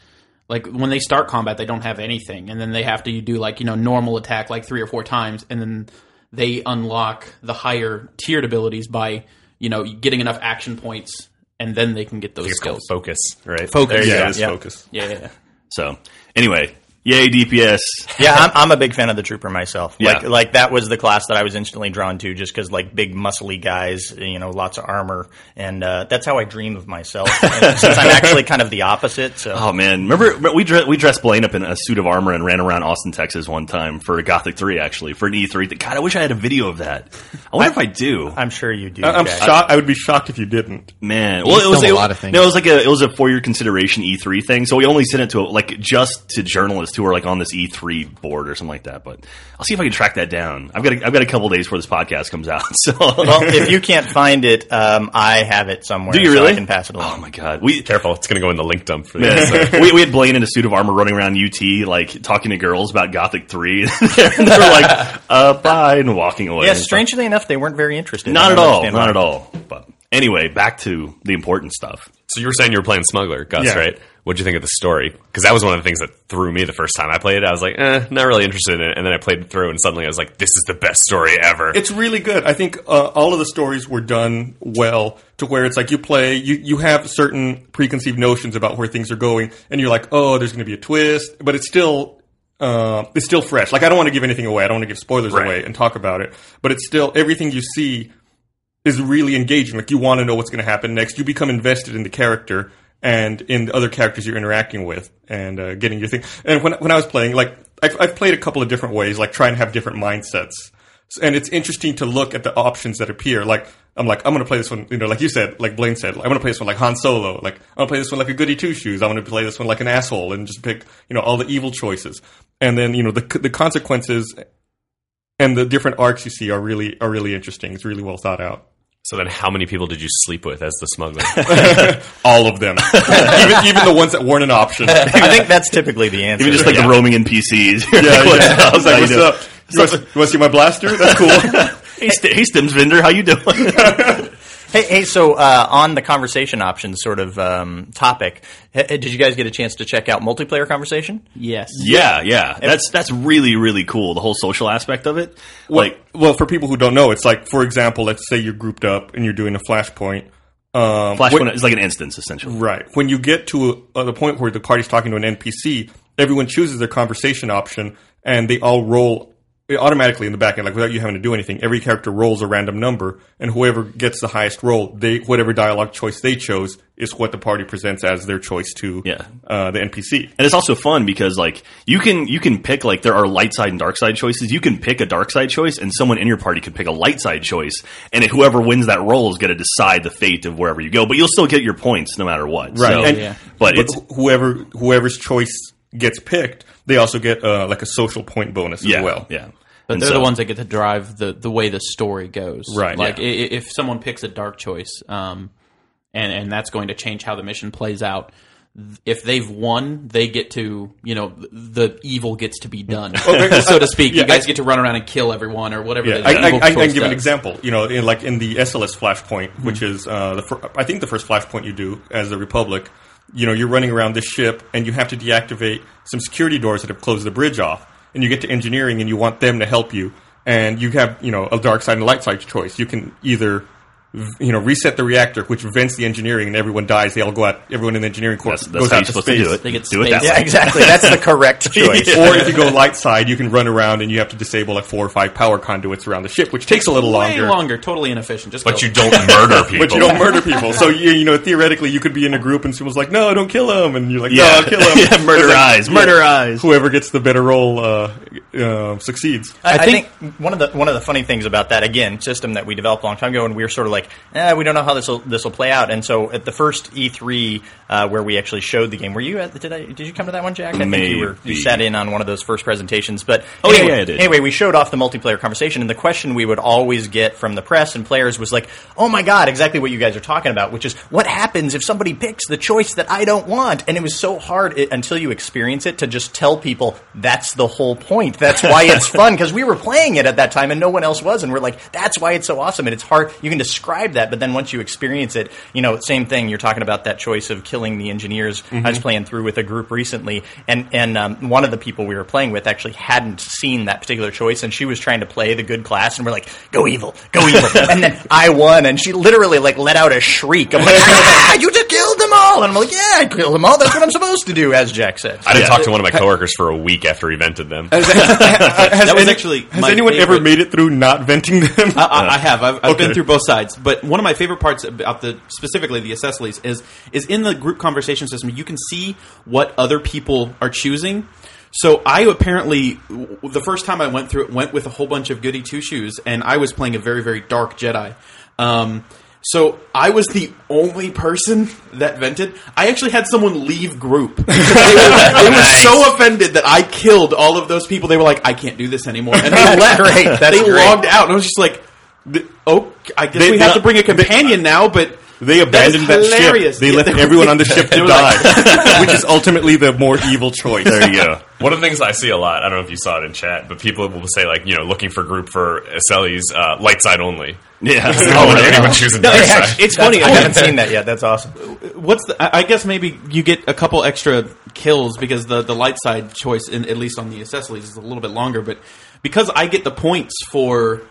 [SPEAKER 5] like when they start combat they don't have anything and then they have to do like you know normal attack like three or four times and then they unlock the higher tiered abilities by you know getting enough action points and then they can get those
[SPEAKER 8] It's called
[SPEAKER 5] skills.
[SPEAKER 8] focus, right?
[SPEAKER 5] Focus.
[SPEAKER 3] yeah,
[SPEAKER 5] Yeah,
[SPEAKER 3] it is
[SPEAKER 7] yeah.
[SPEAKER 3] focus.
[SPEAKER 5] yeah,
[SPEAKER 3] (laughs)
[SPEAKER 5] yeah.
[SPEAKER 4] so anyway. Yay DPS!
[SPEAKER 7] yeah, I'm, I'm a big fan of the trooper myself. Like,
[SPEAKER 4] Yeah.
[SPEAKER 7] like that was the class that I was instantly drawn to, just because like big muscly guys, you know, lots of armor, and uh, that's how I dream
[SPEAKER 4] (laughs)
[SPEAKER 7] of myself. And since I'm actually kind of the opposite, so
[SPEAKER 4] Oh man, remember remember we dre- we dressed Blaine up in a suit of armor and ran around Austin, Texas one time for Gothic Three, actually for an E three. God, I wish I had a video of that. I wonder if I do.
[SPEAKER 7] I'm sure you
[SPEAKER 4] Uh,
[SPEAKER 7] do.
[SPEAKER 3] I- I'm
[SPEAKER 7] Jack.
[SPEAKER 3] shocked. I would be shocked if you didn't.
[SPEAKER 4] Man, well, it was
[SPEAKER 6] film a
[SPEAKER 4] it-
[SPEAKER 6] lot of things.
[SPEAKER 4] No, it was like a it was a four year consideration E three thing. So we only sent it to like just to journalists who are like on this E three board or something like that. But I'll see if I can track that down. I've got a, I've got a couple days before this podcast comes out.
[SPEAKER 6] (laughs)
[SPEAKER 4] (laughs) So oh
[SPEAKER 7] well, if you can't find it, um, I have it somewhere.
[SPEAKER 4] do you
[SPEAKER 7] so
[SPEAKER 4] really?
[SPEAKER 7] I can pass it along.
[SPEAKER 4] Oh my god, we
[SPEAKER 8] Careful, it's gonna go in the link dump for
[SPEAKER 4] Yeah, (laughs)
[SPEAKER 8] this.
[SPEAKER 4] so we, we had Blaine in a suit of armor running around UT, like talking to girls about Gothic Three. (laughs) and they were like, "Uh, bye," and walking away.
[SPEAKER 7] yeah, strangely enough, they weren't very interested.
[SPEAKER 4] Oh, Not
[SPEAKER 7] I
[SPEAKER 4] at
[SPEAKER 7] don't
[SPEAKER 4] all.
[SPEAKER 7] understand
[SPEAKER 4] Not
[SPEAKER 7] why.
[SPEAKER 4] at all. But anyway, back to the important stuff.
[SPEAKER 8] (laughs) So you were saying you were playing Smuggler, Gus,
[SPEAKER 3] Yeah.
[SPEAKER 8] right? What'd you think of the story? Because that was one of the things that threw me the first time I played it. I was like, eh, not really interested in it. And then I played it through, and suddenly I was like, this is the best story ever.
[SPEAKER 3] It's really good. I think uh, all of the stories were done well to where it's like you play, you, you have certain preconceived notions about where things are going, and you're like, oh, there's going to be a twist, but it's still. Uh, it's still fresh. Like I don't want to give anything away. I don't want to give spoilers
[SPEAKER 8] Right.
[SPEAKER 3] away and talk about it. But it's still everything you see is really engaging. Like you want to know what's going to happen next. You become invested in the character and in the other characters you're interacting with and uh, getting your thing. And when when I was playing, like I've, I've played a couple of different ways, like trying to have different mindsets. S- And it's interesting to look at the options that appear. Like I'm like I'm going to play this one, you know, like you said, like Blaine said, I'm going to play this one like Han Solo. Like I'm going to play this one like a goody two shoes. I'm going to play this one like an asshole and just pick you know all the evil choices. And then you know the c- the consequences and the different arcs you see are really are really interesting. It's really well thought out.
[SPEAKER 8] So then, how many people did you sleep with as the smuggler? (laughs)
[SPEAKER 3] All of them, (laughs) even, even the ones that weren't an option. yeah,
[SPEAKER 7] I think that's typically the answer.
[SPEAKER 4] Even just like the roaming (laughs) NPCs.
[SPEAKER 3] yeah.
[SPEAKER 4] What's up?
[SPEAKER 3] I was
[SPEAKER 4] How
[SPEAKER 3] like, "What's
[SPEAKER 4] you doing?"
[SPEAKER 3] up? You want, you want to see my blaster? That's cool.
[SPEAKER 4] Hey, St- hey, Stimsvender, how you doing? (laughs)
[SPEAKER 7] Hey, hey. So uh, on the conversation options sort of um, topic, h- did you guys get a chance to check out multiplayer conversation?
[SPEAKER 5] Yes.
[SPEAKER 4] yeah, yeah. That's that's really really cool. The whole social aspect of it.
[SPEAKER 3] Well,
[SPEAKER 4] Like,
[SPEAKER 3] well, for people who don't know, it's like, for example, let's say you're grouped up and you're doing a flashpoint. Um,
[SPEAKER 4] Flash
[SPEAKER 3] when-
[SPEAKER 4] one is like an instance essentially.
[SPEAKER 3] Right. When you get to a, uh, the point where the party's talking to an NPC, everyone chooses their conversation option, and they all roll eh, automatically in the back end, like without you having to do anything. Every character rolls a random number, and whoever gets the highest roll, they whatever dialogue choice they chose is what the party presents as their choice to
[SPEAKER 4] Yeah.
[SPEAKER 3] uh, the NPC.
[SPEAKER 4] And it's also fun because like you can you can pick like there are light side and dark side choices. You can pick a dark side choice, and someone in your party could pick a light side choice, and if whoever wins that role is going to decide the fate of wherever you go. But you'll still get your points no matter what.
[SPEAKER 3] Right.
[SPEAKER 4] So-
[SPEAKER 3] and,
[SPEAKER 5] yeah.
[SPEAKER 4] But
[SPEAKER 3] But,
[SPEAKER 4] it's
[SPEAKER 3] wh- whoever whoever's choice gets picked, they also get uh, like a social point bonus
[SPEAKER 4] yeah,
[SPEAKER 3] as well.
[SPEAKER 4] yeah.
[SPEAKER 5] But
[SPEAKER 4] And
[SPEAKER 5] they're
[SPEAKER 4] so-
[SPEAKER 5] the ones that get to drive the, the way the story goes.
[SPEAKER 3] Right,
[SPEAKER 5] Like
[SPEAKER 3] yeah.
[SPEAKER 5] i i- if someone picks a dark choice, um, and and that's going to change how the mission plays out. th- If they've won, they get to you know th- the evil gets to
[SPEAKER 3] (laughs)
[SPEAKER 5] be done, so to speak. you
[SPEAKER 3] Yeah,
[SPEAKER 5] guys
[SPEAKER 3] I-
[SPEAKER 5] get to run around and kill everyone or whatever.
[SPEAKER 3] Yeah,
[SPEAKER 5] the
[SPEAKER 3] I, I,
[SPEAKER 5] evil
[SPEAKER 3] I can
[SPEAKER 5] choice
[SPEAKER 3] give an
[SPEAKER 5] does.
[SPEAKER 3] example. You know, in, like in the SLS Flashpoint,
[SPEAKER 4] Mm-hmm.
[SPEAKER 3] which is uh, the fir- I think the first Flashpoint you do as the Republic. You know, you're running around this ship, and you have to deactivate some security doors that have closed the bridge off. And you get to engineering, and you want them to help you. And you have you know a dark side and light side choice. You can either v- you know reset the reactor, which vents the engineering, and everyone dies. They all go out. Everyone in the engineering corps
[SPEAKER 4] That's, that's
[SPEAKER 3] goes
[SPEAKER 4] how
[SPEAKER 3] out
[SPEAKER 4] you're
[SPEAKER 3] to
[SPEAKER 4] supposed
[SPEAKER 3] space.
[SPEAKER 4] to do it.
[SPEAKER 5] They get
[SPEAKER 4] do it that way.
[SPEAKER 5] space.
[SPEAKER 7] (laughs) (laughs) Yeah, exactly. That's
[SPEAKER 5] (laughs)
[SPEAKER 7] the correct choice.
[SPEAKER 3] or if you go light side, you can run around and you have to disable like four or five power conduits around the ship, which takes a little
[SPEAKER 5] Way
[SPEAKER 3] longer.
[SPEAKER 5] longer, totally inefficient. Just
[SPEAKER 8] but
[SPEAKER 5] go.
[SPEAKER 8] you
[SPEAKER 4] (laughs)
[SPEAKER 8] don't murder people.
[SPEAKER 3] But you don't murder people, so you, you know theoretically you could be in a group and someone's like, "No, don't kill him," and you're like,
[SPEAKER 4] Yeah.
[SPEAKER 3] "No, kill (laughs) him."
[SPEAKER 4] Yeah, murder
[SPEAKER 3] It's
[SPEAKER 4] eyes, murder eyes.
[SPEAKER 3] Whoever gets the better role uh, uh, succeeds.
[SPEAKER 7] I, I
[SPEAKER 5] think-
[SPEAKER 7] think, one of the one of the funny things about that again system that we developed a long time ago, and we were sort of like, eh, we don't know how this will this will play out. And so at the first E3 uh, where we actually showed the game, were you at? Did I? Did you come to that one, Jack? I think you were. You
[SPEAKER 4] Maybe.
[SPEAKER 7] sat in on one of those first presentations. But
[SPEAKER 4] Oh, yeah,
[SPEAKER 7] anyway,
[SPEAKER 4] yeah, I did.
[SPEAKER 7] anyway, we showed off the multiplayer conversation, and the question we would always get from the press and players was like, "Oh my god, exactly what you guys are talking about," which is what happens if somebody picks the choice that I don't want. And it was so hard it, until you experience it to just tell people that's the whole point.
[SPEAKER 4] (laughs)
[SPEAKER 7] That's why it's fun because we were playing it at that time and no one else was, and we're like, that's why it's so awesome. And it's hard. You can describe that, but then once you experience it, you know, same thing. You're talking about that choice of killing the engineers. I was playing through with a group recently, and and um, one of the people we were playing with actually hadn't seen that particular choice, and she was trying to play the good class, and we're like, go evil, go evil, and then I won, and she literally like let out a shriek. I'm like, ah, you just killed them all, and I'm like, yeah, I killed them all. That's what I'm supposed to do, as Jack said.
[SPEAKER 8] I didn't talk to one of my coworkers for a week after he vented them.
[SPEAKER 3] Uh, Has,
[SPEAKER 5] That was actually
[SPEAKER 3] has
[SPEAKER 5] my
[SPEAKER 3] anyone ever
[SPEAKER 5] favorite-
[SPEAKER 3] made it through not venting them?
[SPEAKER 5] (laughs)
[SPEAKER 8] Uh,
[SPEAKER 5] I, I, I have. I've, I've
[SPEAKER 3] Okay.
[SPEAKER 5] been through both sides. But one of my favorite parts about the specifically the accessories is is in the group conversation system. You can see what other people are choosing. So I apparently w- the first time I went through it went with a whole bunch of goody two shoes, and I was playing a very very dark Jedi. Um, so I was the only person that vented. I actually had someone leave group. (laughs) They were, they were so offended that I killed all of those people. They were like, "I can't do this anymore," and they left.
[SPEAKER 7] Great, that's
[SPEAKER 5] they
[SPEAKER 7] great.
[SPEAKER 5] logged out, and I was just like, th- "Oh, I guess
[SPEAKER 3] They-
[SPEAKER 5] we have
[SPEAKER 3] they-
[SPEAKER 5] to bring a companion now." But
[SPEAKER 3] (laughs) they abandoned that,
[SPEAKER 5] is hilarious.
[SPEAKER 3] ship. They
[SPEAKER 5] Yeah,
[SPEAKER 3] left
[SPEAKER 5] they-
[SPEAKER 3] everyone on the
[SPEAKER 8] (laughs)
[SPEAKER 3] ship
[SPEAKER 5] they
[SPEAKER 3] to
[SPEAKER 5] were
[SPEAKER 3] die, which is ultimately the more evil choice.
[SPEAKER 4] There you go.
[SPEAKER 8] One of the things I see a lot, I don't know if you saw it in chat, but people will say like, you know, looking for group for Acelli's uh, light side only.
[SPEAKER 4] (laughs) Yeah.
[SPEAKER 8] Oh, would anyone choosing dark
[SPEAKER 7] it's
[SPEAKER 8] side?
[SPEAKER 7] actually-
[SPEAKER 4] It's funny.
[SPEAKER 7] I haven't seen that yet. That's awesome.
[SPEAKER 5] what's the? I I guess maybe you get a couple extra kills because the the light side choice, in, at least on the accessories, is a little bit longer. But because I get the points for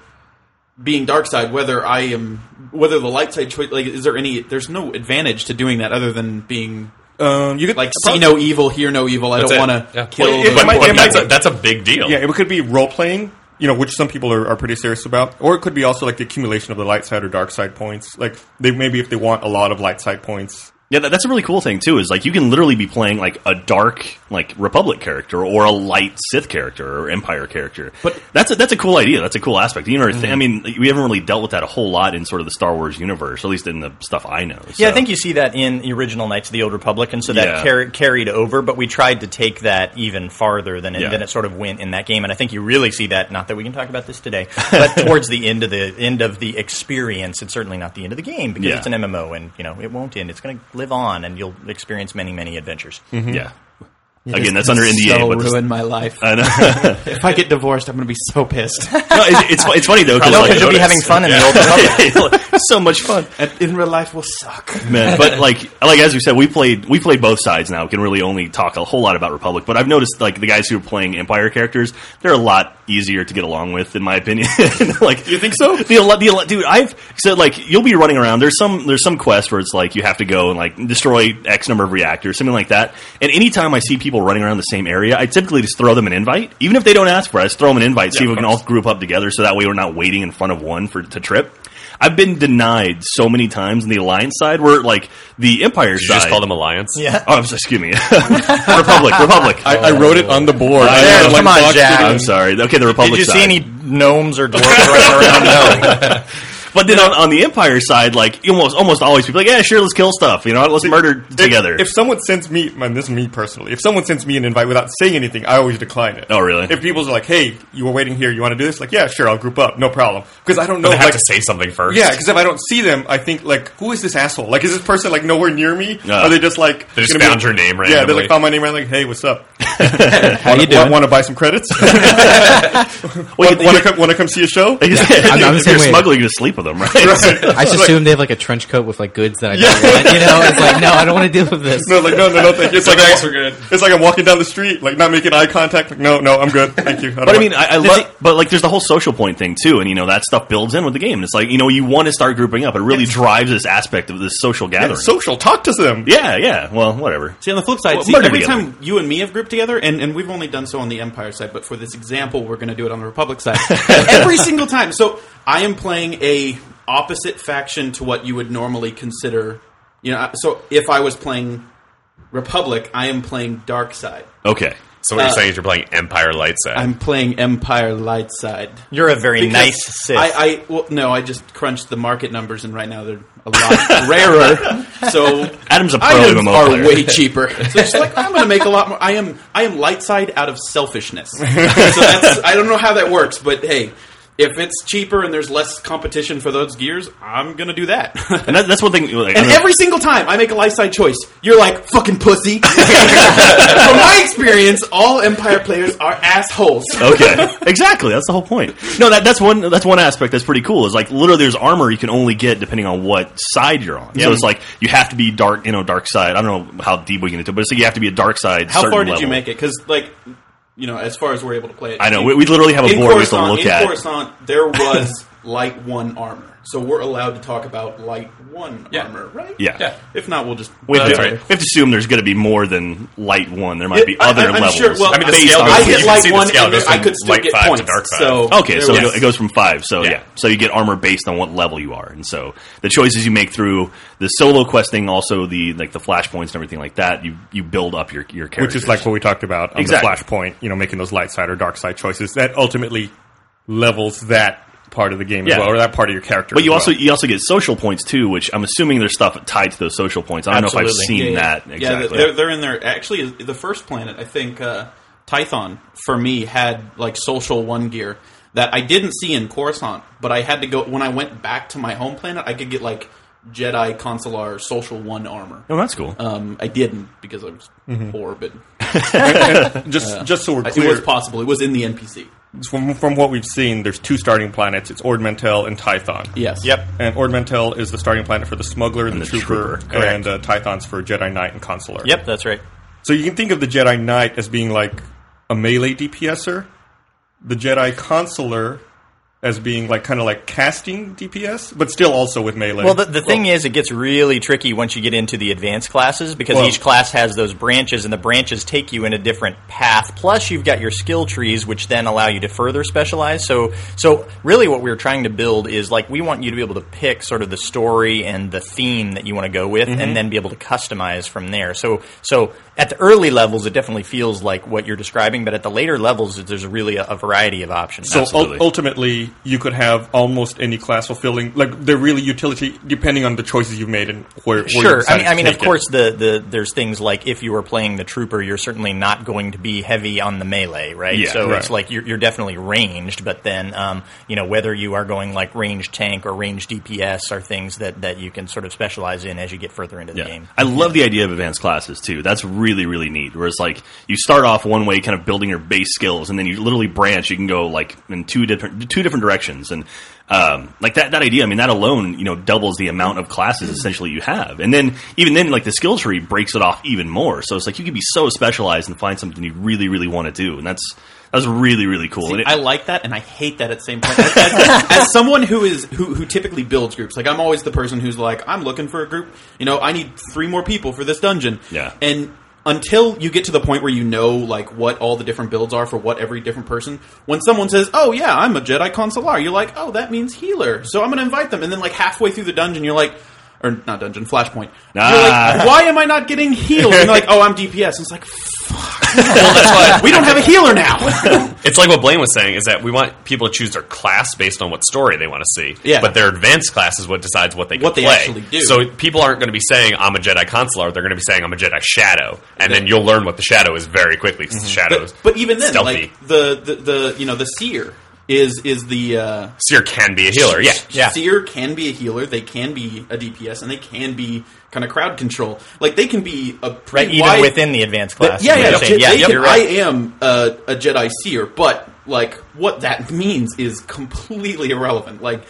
[SPEAKER 5] being dark side, whether I am whether the light side choice, like, is there any? There's no advantage to doing that other than being
[SPEAKER 3] Um, you could
[SPEAKER 5] like see no evil, hear no evil. I
[SPEAKER 8] it.
[SPEAKER 5] don't want to
[SPEAKER 8] Yeah.
[SPEAKER 5] kill.
[SPEAKER 3] Well, it
[SPEAKER 5] the-
[SPEAKER 8] But,
[SPEAKER 3] might-
[SPEAKER 8] but
[SPEAKER 3] it
[SPEAKER 8] that's,
[SPEAKER 3] might-
[SPEAKER 8] a, that's a big deal.
[SPEAKER 3] Yeah, it could be role playing, you know, which some people are, are pretty serious about, or it could be also like the accumulation of the light side or dark side points. Like they maybe if they want a lot of light side points,
[SPEAKER 4] Yeah, that, that's a really cool thing too. Is like you can literally be playing like a dark like Republic character or a light Sith character or Empire character. But that's a, that's a cool idea. That's a cool aspect. You know,
[SPEAKER 7] Mm-hmm.
[SPEAKER 4] I mean, we haven't really dealt with that a whole lot in sort of the Star Wars universe, at least in the stuff I know.
[SPEAKER 7] Yeah, I
[SPEAKER 4] So-
[SPEAKER 7] think you see that in the original Knights of the Old Republic, and so that
[SPEAKER 4] Yeah.
[SPEAKER 7] car- carried over. But we tried to take that even farther than it,
[SPEAKER 4] Yeah.
[SPEAKER 7] than it sort of went in that game. And I think you really see that. Not that we can talk about this today, but towards the end of the end of the experience, and certainly not the end of the game because
[SPEAKER 4] Yeah.
[SPEAKER 7] it's an MMO, and you know it won't end. It's going to live on, and you'll experience many many adventures. (laughs)
[SPEAKER 4] yeah.
[SPEAKER 7] Mm-hmm.
[SPEAKER 4] Again, that's under NDA.
[SPEAKER 5] So
[SPEAKER 4] but this-
[SPEAKER 5] ruin my life.
[SPEAKER 4] I know. (laughs)
[SPEAKER 5] if I get divorced, I'm going to be so pissed. (laughs)
[SPEAKER 4] No, it- it's, it's funny though because
[SPEAKER 7] No, 'cause you'll be having fun in the Old Republic.
[SPEAKER 4] so much fun.
[SPEAKER 5] and in real life, will suck.
[SPEAKER 4] (laughs) man. But like, like as we said, we played we played both sides. Now we can really only talk a whole lot about Republic. But I've noticed like the guys who are playing Empire characters, they're a lot easier to get along with, in my opinion. (laughs) like, you think so? The, ele- the ele- dude, I've said like you'll be running around. There's some there's some quest where it's like you have to go and like destroy X number of reactors, something like that. And anytime I see people running around the same area, I typically just throw them an invite, even if they don't ask for it. I just throw them an invite, see if we can all group up together, so that way we're not waiting in front of one for to trip. I've been denied so many times on the Alliance side, where like the Empire
[SPEAKER 8] Did you
[SPEAKER 4] side.
[SPEAKER 8] just call them Alliance?
[SPEAKER 7] Yeah.
[SPEAKER 4] (laughs) Oh, I'm so- excuse me. (laughs)
[SPEAKER 3] (laughs)
[SPEAKER 4] Republic, Republic.
[SPEAKER 3] I, I wrote it on the board. I
[SPEAKER 7] There,
[SPEAKER 3] had, like,
[SPEAKER 7] come on,
[SPEAKER 3] boxed it
[SPEAKER 7] Jack.
[SPEAKER 3] in.
[SPEAKER 4] I'm sorry. Okay, the Republic.
[SPEAKER 7] Did you
[SPEAKER 4] side.
[SPEAKER 3] (laughs)
[SPEAKER 4] (laughs)
[SPEAKER 7] see any gnomes or dwarves running around? No.
[SPEAKER 4] But then on, on the Empire side, like almost almost always people are like, yeah, sure, let's kill stuff. You know, let's murder together.
[SPEAKER 3] If, if someone sends me, man, this is me personally. If someone sends me an invite without saying anything, I always decline it.
[SPEAKER 4] Oh, really?
[SPEAKER 3] If people's like, "Hey, you were waiting here. You want to do this?" Like, yeah, sure, I'll group up, no problem. Because I don't know,
[SPEAKER 8] They have
[SPEAKER 3] like,
[SPEAKER 8] to say something first.
[SPEAKER 4] (laughs)
[SPEAKER 3] yeah, because if I don't see them, I think like, who is this asshole? Like, is this person like nowhere near me?
[SPEAKER 4] Uh,
[SPEAKER 3] Are they just like
[SPEAKER 8] they just
[SPEAKER 3] gonna be like-
[SPEAKER 8] found your name
[SPEAKER 3] Yeah, they
[SPEAKER 8] randomly.
[SPEAKER 3] like found my name and like, hey, what's
[SPEAKER 8] (laughs)
[SPEAKER 3] up?
[SPEAKER 6] How you doing?
[SPEAKER 3] Want to buy some credits?
[SPEAKER 4] Well, you-
[SPEAKER 3] Want to come? Want to come see a
[SPEAKER 4] (laughs)
[SPEAKER 3] show?
[SPEAKER 4] you-
[SPEAKER 6] I'm the
[SPEAKER 4] if you're
[SPEAKER 6] same way.
[SPEAKER 4] smuggling, you just sleep with them, right?
[SPEAKER 6] I just assume they have like a trench coat with like goods that I
[SPEAKER 5] (laughs)
[SPEAKER 6] don't want. You know, it's like no, I don't want to deal with this.
[SPEAKER 3] No, like no, no, no. Thank you. It's like
[SPEAKER 8] Thanks,
[SPEAKER 3] I'm,
[SPEAKER 8] we're good.
[SPEAKER 3] It's like I'm walking down the street, like not making eye contact. Like no, no, I'm good. Thank you. don't
[SPEAKER 4] But I
[SPEAKER 3] want-
[SPEAKER 4] mean, I, I love. But like, there's the whole social point thing too, and you know that stuff builds in with the game. And it's like you know you want to start grouping up. It really drives this aspect of this social gathering.
[SPEAKER 3] social. Talk to them.
[SPEAKER 4] yeah, yeah. Well, whatever.
[SPEAKER 5] See, on the flip side,
[SPEAKER 4] Well,
[SPEAKER 5] see,
[SPEAKER 4] murder
[SPEAKER 5] every
[SPEAKER 4] together.
[SPEAKER 5] time you and me have grouped together, and, and we've only done so on the Empire side, but for this example, we're going to do it on the
[SPEAKER 6] (laughs)
[SPEAKER 5] Republic side. every single time. So I am playing a opposite faction to what you would normally consider. You know, so if I was playing Republic, I am playing Dark Side.
[SPEAKER 4] Okay.
[SPEAKER 8] So what you're
[SPEAKER 5] Uh,
[SPEAKER 8] saying is you're playing Empire Light Side.
[SPEAKER 5] I'm playing Empire Light Side.
[SPEAKER 7] You're a very
[SPEAKER 5] Because
[SPEAKER 7] nice Sith.
[SPEAKER 5] I, I well, no, I just crunched the market numbers, and right now they're a lot (laughs) rarer. So
[SPEAKER 4] Adam's a pro
[SPEAKER 5] items
[SPEAKER 4] MMO
[SPEAKER 5] are
[SPEAKER 4] player.
[SPEAKER 5] way cheaper. So it's like I'm going to make a lot more. I am I am light side out of selfishness. so that's I don't know how that works, but hey. If it's cheaper and there's less competition for those gears, I'm gonna do that.
[SPEAKER 4] (laughs) And that, that's one thing. Like, I
[SPEAKER 5] and
[SPEAKER 4] don't-
[SPEAKER 5] every single time I make a light side choice, you're like fucking pussy. (laughs) From my experience, all Empire players are assholes. (laughs)
[SPEAKER 4] okay, exactly. That's the whole point. No, that, that's one. That's one aspect that's pretty cool. Is like literally, there's armor you can only get depending on what side you're on. So it's like you have to be dark. You know, dark side. I don't know how deep we can get into, it, but it's like you have to be a dark side.
[SPEAKER 5] How
[SPEAKER 4] certain
[SPEAKER 5] far did you
[SPEAKER 4] level.
[SPEAKER 5] make it? Because like, you know, as far as we're able to play it,
[SPEAKER 4] I know. We, we literally have a
[SPEAKER 5] in
[SPEAKER 4] board we have to
[SPEAKER 5] Coruscant,
[SPEAKER 4] look
[SPEAKER 5] in
[SPEAKER 4] at. (laughs)
[SPEAKER 5] Coruscant, there was light one armor, so we're allowed to talk about light one armor, right?
[SPEAKER 4] Yeah. Yeah.
[SPEAKER 5] If not, we'll just
[SPEAKER 4] We have, to,
[SPEAKER 8] That's right.
[SPEAKER 4] we have to assume there's going to be more than light one. There might be
[SPEAKER 5] It- I-
[SPEAKER 4] other
[SPEAKER 5] I- I'm
[SPEAKER 4] levels.
[SPEAKER 5] sure- well, I mean, the
[SPEAKER 4] based
[SPEAKER 5] scale
[SPEAKER 4] on-
[SPEAKER 5] I
[SPEAKER 8] You
[SPEAKER 5] hit
[SPEAKER 8] can see
[SPEAKER 5] light
[SPEAKER 8] the
[SPEAKER 5] one,
[SPEAKER 8] scale
[SPEAKER 5] and
[SPEAKER 8] goes
[SPEAKER 5] I
[SPEAKER 8] from
[SPEAKER 5] could still
[SPEAKER 8] light
[SPEAKER 5] get
[SPEAKER 8] five to
[SPEAKER 5] points.
[SPEAKER 8] dark five.
[SPEAKER 5] So
[SPEAKER 4] Okay, so
[SPEAKER 5] there
[SPEAKER 4] it
[SPEAKER 5] we
[SPEAKER 4] go-
[SPEAKER 5] go.
[SPEAKER 4] it goes from five. So yeah.
[SPEAKER 8] Yeah.
[SPEAKER 4] so you get armor based on what level you are, and so the choices you make through the solo questing, also the like the flashpoints and everything like that, you you build up your your character,
[SPEAKER 3] Which is like what we talked about on
[SPEAKER 4] Exactly.
[SPEAKER 3] the Flashpoint, you know, making those light side or dark side choices that ultimately levels that part of the game
[SPEAKER 4] Yeah.
[SPEAKER 3] as well, or that part of your character.
[SPEAKER 4] But you
[SPEAKER 3] as
[SPEAKER 4] also
[SPEAKER 3] well.
[SPEAKER 4] you also get social points too, which I'm assuming there's stuff tied to those social points. I don't know if I've
[SPEAKER 7] Absolutely.
[SPEAKER 4] seen
[SPEAKER 5] yeah,
[SPEAKER 4] that exactly.
[SPEAKER 5] they're, they're in there. Actually, the first planet, I think, uh, Tython, for me, had like social one gear that I didn't see in Coruscant, but I had to go. When I went back to my home planet, I could get like Jedi Consular social one armor.
[SPEAKER 4] oh, that's cool.
[SPEAKER 5] Um, I didn't because I was poor, but
[SPEAKER 3] just just so we're
[SPEAKER 5] it was
[SPEAKER 3] clear,
[SPEAKER 5] possible. It was in the NPC.
[SPEAKER 3] from, from what we've seen, there's two starting planets. It's Ord Mantell and Tython.
[SPEAKER 5] Yes.
[SPEAKER 7] yep.
[SPEAKER 3] And Ord Mantell is the starting planet for the smuggler and, the,
[SPEAKER 4] the
[SPEAKER 3] trooper,
[SPEAKER 4] trooper,
[SPEAKER 3] and
[SPEAKER 7] correct.
[SPEAKER 3] uh, Tython's for Jedi Knight and Consular.
[SPEAKER 7] Yep, that's right.
[SPEAKER 3] So you can think of the Jedi Knight as being like a melee DPSer, the Jedi Consular as being like kind of like casting DPS, but still also with melee.
[SPEAKER 7] Well, the, the thing is, it gets really tricky once you get into the advanced classes because
[SPEAKER 3] Well-
[SPEAKER 7] each class has those branches, and the branches take you in a different path. Plus, you've got your skill trees, which then allow you to further specialize. So, so really, what we're trying to build is like we want you to be able to pick sort of the story and the theme that you want to go with,
[SPEAKER 3] Mm-hmm.
[SPEAKER 7] and then be able to customize from there. So, so at the early levels, it definitely feels like what you're describing, but at the later levels, there's really a, a variety of options.
[SPEAKER 3] So
[SPEAKER 4] Absolutely.
[SPEAKER 3] ul- ultimately, you could have almost any class fulfilling like they're really utility depending on the choices you've made and where. where you
[SPEAKER 7] Sure.
[SPEAKER 3] decide
[SPEAKER 7] I mean,
[SPEAKER 3] to
[SPEAKER 7] I mean, of
[SPEAKER 3] take it.
[SPEAKER 7] course, the, the there's things like if you were playing the trooper, you're certainly not going to be heavy on the melee, right?
[SPEAKER 4] Yeah,
[SPEAKER 7] so
[SPEAKER 3] right.
[SPEAKER 7] it's like you're, you're definitely ranged, but then um, you know whether you are going like range tank or range DPS are things that, that you can sort of specialize in as you get further into the
[SPEAKER 4] Yeah.
[SPEAKER 7] game.
[SPEAKER 4] I love the idea of advanced classes too. That's really really neat. Where it's like you start off one way, kind of building your base skills, and then you literally branch. You can go like in two different two different directions, and um, like that that idea. I mean, that alone you know doubles the amount of classes
[SPEAKER 7] Mm.
[SPEAKER 4] essentially you have, and then even then like the skill tree breaks it off even more. So it's like you can be so specialized and find something you really really want to do, and that's that's really really cool. and it- (laughs)
[SPEAKER 5] I like that, and I hate that at the same time. As, as- as someone who is who, who typically builds groups, like I'm always the person who's like, I'm looking for a group. You know, I need three more people for this dungeon.
[SPEAKER 4] Yeah.
[SPEAKER 5] and until you get to the point where you know like what all the different builds are for what every different person when someone says oh yeah i'm a jedi consular you're like oh that means healer so i'm going to invite them and then like halfway through the dungeon you're like or not dungeon flashpoint you're
[SPEAKER 4] Ah.
[SPEAKER 5] like why am i not getting healed and they're like oh i'm dps and it's like fuck we don't have a healer now (laughs)
[SPEAKER 8] It's like what Blaine was saying is that we want people to choose their class based on what story they want to see.
[SPEAKER 5] Yeah.
[SPEAKER 8] But their advanced class is what decides what they can
[SPEAKER 5] What they
[SPEAKER 8] play.
[SPEAKER 5] actually do.
[SPEAKER 8] So people aren't going to be saying I'm a Jedi Consular. They're going to be saying I'm a Jedi Shadow, and then you'll learn what the Shadow is very quickly because the Shadow is
[SPEAKER 5] But, but even then,
[SPEAKER 8] stealthy.
[SPEAKER 5] like the, the the you know the seer is is the uh,
[SPEAKER 8] Seer can be a healer. Yeah.
[SPEAKER 7] Yeah.
[SPEAKER 5] seer can be a healer. They can be a DPS, and they can be kind of crowd control. Like they can be a
[SPEAKER 7] Right,
[SPEAKER 5] pretty
[SPEAKER 7] even
[SPEAKER 5] wide-
[SPEAKER 7] within the advanced
[SPEAKER 5] But-
[SPEAKER 7] class.
[SPEAKER 5] yeah,
[SPEAKER 7] is what
[SPEAKER 5] yeah,
[SPEAKER 7] you're
[SPEAKER 5] they
[SPEAKER 7] saying. yeah,
[SPEAKER 5] can-
[SPEAKER 7] you're right.
[SPEAKER 5] I am a, a Jedi seer, but like what that means is completely irrelevant. Like.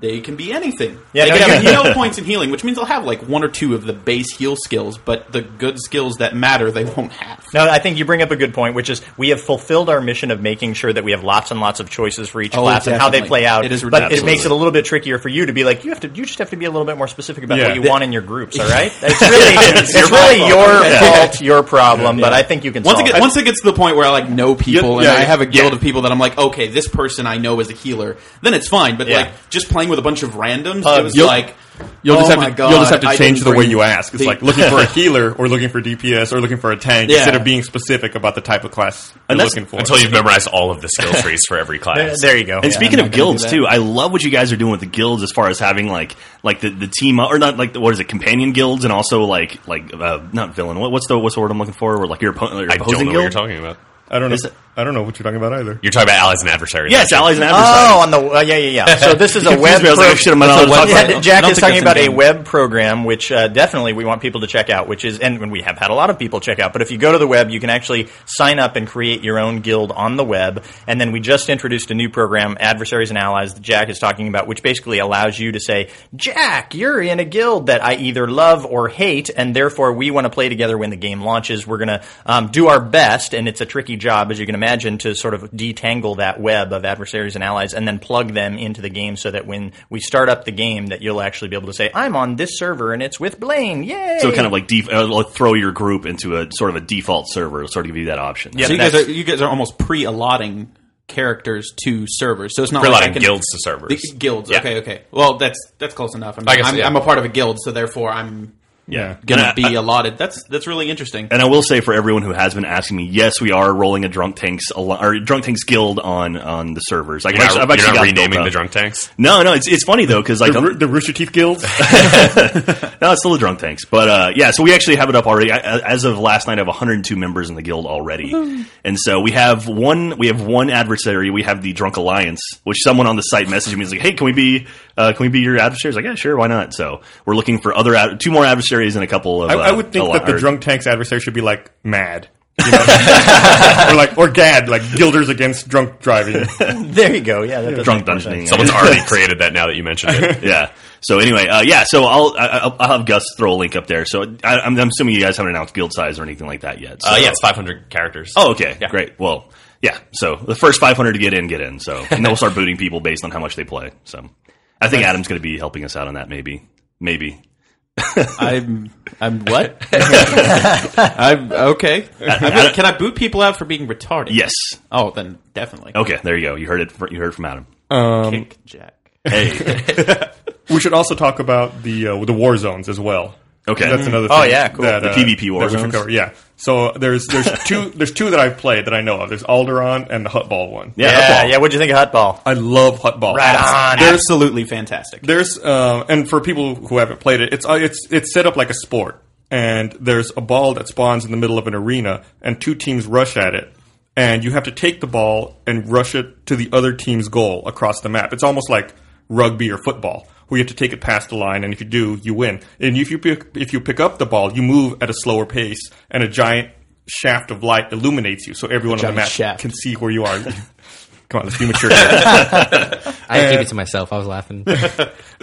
[SPEAKER 5] They can be anything.
[SPEAKER 7] Yeah,
[SPEAKER 5] they
[SPEAKER 7] no,
[SPEAKER 5] can
[SPEAKER 7] you-
[SPEAKER 5] have
[SPEAKER 7] (laughs)
[SPEAKER 5] no points in healing, which means they'll have like one or two of the base heal skills, but the good skills that matter they won't have.
[SPEAKER 7] No, I think you bring up a good point, which is we have fulfilled our mission of making sure that we have lots and lots of choices for each
[SPEAKER 5] Oh,
[SPEAKER 7] class and how they
[SPEAKER 5] definitely.
[SPEAKER 7] play out.
[SPEAKER 5] It is
[SPEAKER 7] but it
[SPEAKER 5] ridiculous.
[SPEAKER 7] makes it a little bit trickier for you to be like you have to. You just have to be a little bit more specific about
[SPEAKER 3] Yeah.
[SPEAKER 7] what you
[SPEAKER 3] Th-
[SPEAKER 7] want in your groups.
[SPEAKER 5] (laughs)
[SPEAKER 7] All right, it's really it's,
[SPEAKER 3] your
[SPEAKER 7] really
[SPEAKER 3] fault.
[SPEAKER 7] your fault, your problem. But I think you can.
[SPEAKER 5] Once it,
[SPEAKER 7] solve
[SPEAKER 5] get, once it gets to the point where I like know people
[SPEAKER 3] yeah,
[SPEAKER 5] and I have a guild
[SPEAKER 3] yeah.
[SPEAKER 5] of people that I'm like, okay, this person I know is a healer, then it's fine. But
[SPEAKER 7] Yeah.
[SPEAKER 5] like just playing with a bunch of randoms, it
[SPEAKER 7] Pubs.
[SPEAKER 5] was
[SPEAKER 3] Uh, You'll-
[SPEAKER 5] like
[SPEAKER 3] You'll
[SPEAKER 5] oh
[SPEAKER 3] just
[SPEAKER 5] my
[SPEAKER 3] have to,
[SPEAKER 5] God,
[SPEAKER 3] you'll just have to
[SPEAKER 5] I
[SPEAKER 3] change
[SPEAKER 5] didn't
[SPEAKER 3] the way
[SPEAKER 5] bring
[SPEAKER 3] you ask. It's
[SPEAKER 5] the-
[SPEAKER 3] like looking for a healer or looking for DPS or looking for a tank
[SPEAKER 5] Yeah.
[SPEAKER 3] instead of being specific about the type of class you're
[SPEAKER 4] that's-
[SPEAKER 3] looking for.
[SPEAKER 8] Until you've memorized all of the skill trees for every
[SPEAKER 7] There,
[SPEAKER 8] class.
[SPEAKER 7] there you go.
[SPEAKER 4] And speaking
[SPEAKER 5] I'm
[SPEAKER 4] of
[SPEAKER 5] not gonna do
[SPEAKER 4] guilds
[SPEAKER 5] that.
[SPEAKER 4] too, I love what you guys are doing with the guilds as far as having like like the, the team up or not like the, what is it companion guilds and also like like uh, not villain what, what's the what's the word I'm looking for or like your, oppo- your
[SPEAKER 8] I don't know
[SPEAKER 4] opposing
[SPEAKER 8] what
[SPEAKER 4] guild.
[SPEAKER 8] you're talking about.
[SPEAKER 3] I don't know.
[SPEAKER 4] Is it-
[SPEAKER 3] I don't know what you're talking about either.
[SPEAKER 8] You're talking about allies and adversaries.
[SPEAKER 4] yes,
[SPEAKER 8] actually.
[SPEAKER 4] allies and adversaries.
[SPEAKER 7] Oh, on the uh, yeah, yeah, yeah. So this is
[SPEAKER 4] (laughs)
[SPEAKER 7] a
[SPEAKER 4] confused
[SPEAKER 7] web.
[SPEAKER 4] me. I was like, oh, shit, I'm not
[SPEAKER 7] It's
[SPEAKER 4] allowed
[SPEAKER 7] a
[SPEAKER 4] to
[SPEAKER 7] web-
[SPEAKER 4] talk about it.
[SPEAKER 7] Yeah, Jack
[SPEAKER 5] I don't
[SPEAKER 7] is
[SPEAKER 5] think
[SPEAKER 7] talking
[SPEAKER 5] that's
[SPEAKER 7] about a
[SPEAKER 5] in-game.
[SPEAKER 7] web program, which uh, definitely we want people to check out. Which is, and we have had a lot of people check out. But if you go to the web, you can actually sign up and create your own guild on the web. And then we just introduced a new program, Adversaries and Allies, that Jack is talking about, which basically allows you to say, Jack, you're in a guild that I either love or hate, and therefore we want to play together when the game launches. We're going to um, do our best, and it's a tricky job, as you can imagine, to sort of detangle that web of adversaries and allies and then plug them into the game so that when we start up the game that you'll actually be able to say, I'm on this server and it's with Blaine. Yay!
[SPEAKER 4] So kind of like def- uh, like, throw your group into a sort of a default server, sort of give you that option.
[SPEAKER 7] Yeah,
[SPEAKER 5] So you
[SPEAKER 7] that's-
[SPEAKER 5] guys are you guys are almost pre allotting characters to servers, so it's not
[SPEAKER 8] We're
[SPEAKER 5] like I
[SPEAKER 8] allowing
[SPEAKER 5] can-
[SPEAKER 8] guilds to servers.
[SPEAKER 5] The guilds,
[SPEAKER 8] Yeah.
[SPEAKER 5] okay, okay. Well, that's that's close enough. I mean,
[SPEAKER 8] I guess,
[SPEAKER 5] I'm,
[SPEAKER 8] yeah.
[SPEAKER 5] I'm a part of a guild, so therefore I'm
[SPEAKER 3] Yeah.
[SPEAKER 5] gonna
[SPEAKER 4] And I-
[SPEAKER 5] be allotted. That's that's really interesting.
[SPEAKER 4] And I will say for everyone who has been asking me, yes, we are rolling a drunk tanks al- or drunk tanks guild on on the servers. Like,
[SPEAKER 8] You're
[SPEAKER 4] I've actually, I've
[SPEAKER 8] not,
[SPEAKER 4] actually
[SPEAKER 8] you're not
[SPEAKER 4] got
[SPEAKER 8] renaming
[SPEAKER 4] built
[SPEAKER 8] the
[SPEAKER 4] up.
[SPEAKER 8] drunk tanks.
[SPEAKER 4] No, no, it's it's funny though because like
[SPEAKER 3] The,
[SPEAKER 4] I'm-
[SPEAKER 3] Ro- the Rooster Teeth guilds.
[SPEAKER 4] (laughs) No, it's still the drunk tanks, but uh, yeah. So we actually have it up already. I, I- as of last night, I have 102 members in the guild already, and so we have one. We have one adversary. We have the Drunk Alliance, which someone on the site messaged me. He's like, "Hey, can we be? Uh, can we be your adversaries?" Like, yeah, sure, why not? So we're looking for other ad- two more adversaries and a couple of.
[SPEAKER 3] I,
[SPEAKER 4] uh,
[SPEAKER 3] I would think
[SPEAKER 4] alli-
[SPEAKER 3] that the
[SPEAKER 4] or-
[SPEAKER 3] drunk tanks adversary should be like mad. You know? or like or gad like guilders against drunk driving
[SPEAKER 7] there you go. Yeah, that does
[SPEAKER 4] drunk
[SPEAKER 7] make more sense.
[SPEAKER 3] (laughs)
[SPEAKER 4] dungeoning.
[SPEAKER 8] Someone's already created that now that you
[SPEAKER 4] (laughs)
[SPEAKER 8] mentioned it.
[SPEAKER 4] yeah. So anyway, uh, yeah. So I'll, I- I'll I'll have Gus throw a link up there. So I, I'm, I'm assuming you guys haven't announced guild size or anything like that yet. So.
[SPEAKER 8] Uh, yeah, it's 500 characters.
[SPEAKER 4] Oh, okay,
[SPEAKER 8] Yeah.
[SPEAKER 4] great. Well, Yeah, so the first 500 to get in, get in. So and then we'll start booting people based on how much they play. So I think Adam's going to be helping us out on that. Maybe, maybe.
[SPEAKER 5] I'm
[SPEAKER 4] (laughs)
[SPEAKER 5] I'm what? I'm okay. I'm like, can I boot people out for being retarded?
[SPEAKER 4] Yes.
[SPEAKER 5] Oh, then definitely.
[SPEAKER 4] Okay. There you go. You heard it. fr- You heard it from Adam.
[SPEAKER 5] Kick Jack.
[SPEAKER 4] Hey.
[SPEAKER 3] We should also talk about the uh, the war zones as well.
[SPEAKER 4] Okay.
[SPEAKER 3] That's another. Thing
[SPEAKER 7] Oh, yeah, cool.
[SPEAKER 3] That,
[SPEAKER 4] The
[SPEAKER 3] uh,
[SPEAKER 4] PvP war
[SPEAKER 3] that we should
[SPEAKER 4] zones?
[SPEAKER 3] cover. Yeah. So there's there's two there's two that I've played that I know of. There's Alderaan and the Hutball one.
[SPEAKER 4] Yeah.
[SPEAKER 7] yeah,
[SPEAKER 4] Hutball.
[SPEAKER 7] yeah. What'd you think of Hutball?
[SPEAKER 3] I love Hutball.
[SPEAKER 5] (laughs)
[SPEAKER 7] Right on.
[SPEAKER 5] Absolutely fantastic.
[SPEAKER 3] There's um, and for people who haven't played it, it's uh, it's it's set up like a sport, and there's a ball that spawns in the middle of an arena, and two teams rush at it, and you have to take the ball and rush it to the other team's goal across the map. It's almost like rugby or football, where you have to take it past the line, and if you do, you win. And if you pick, if you pick up the ball, you move at a slower pace, and a giant shaft of light illuminates you, so everyone on the
[SPEAKER 5] giant
[SPEAKER 3] map
[SPEAKER 5] shaft.
[SPEAKER 3] can see where you are. (laughs) Come on, let's be mature. here.
[SPEAKER 6] I gave it to myself. I was laughing.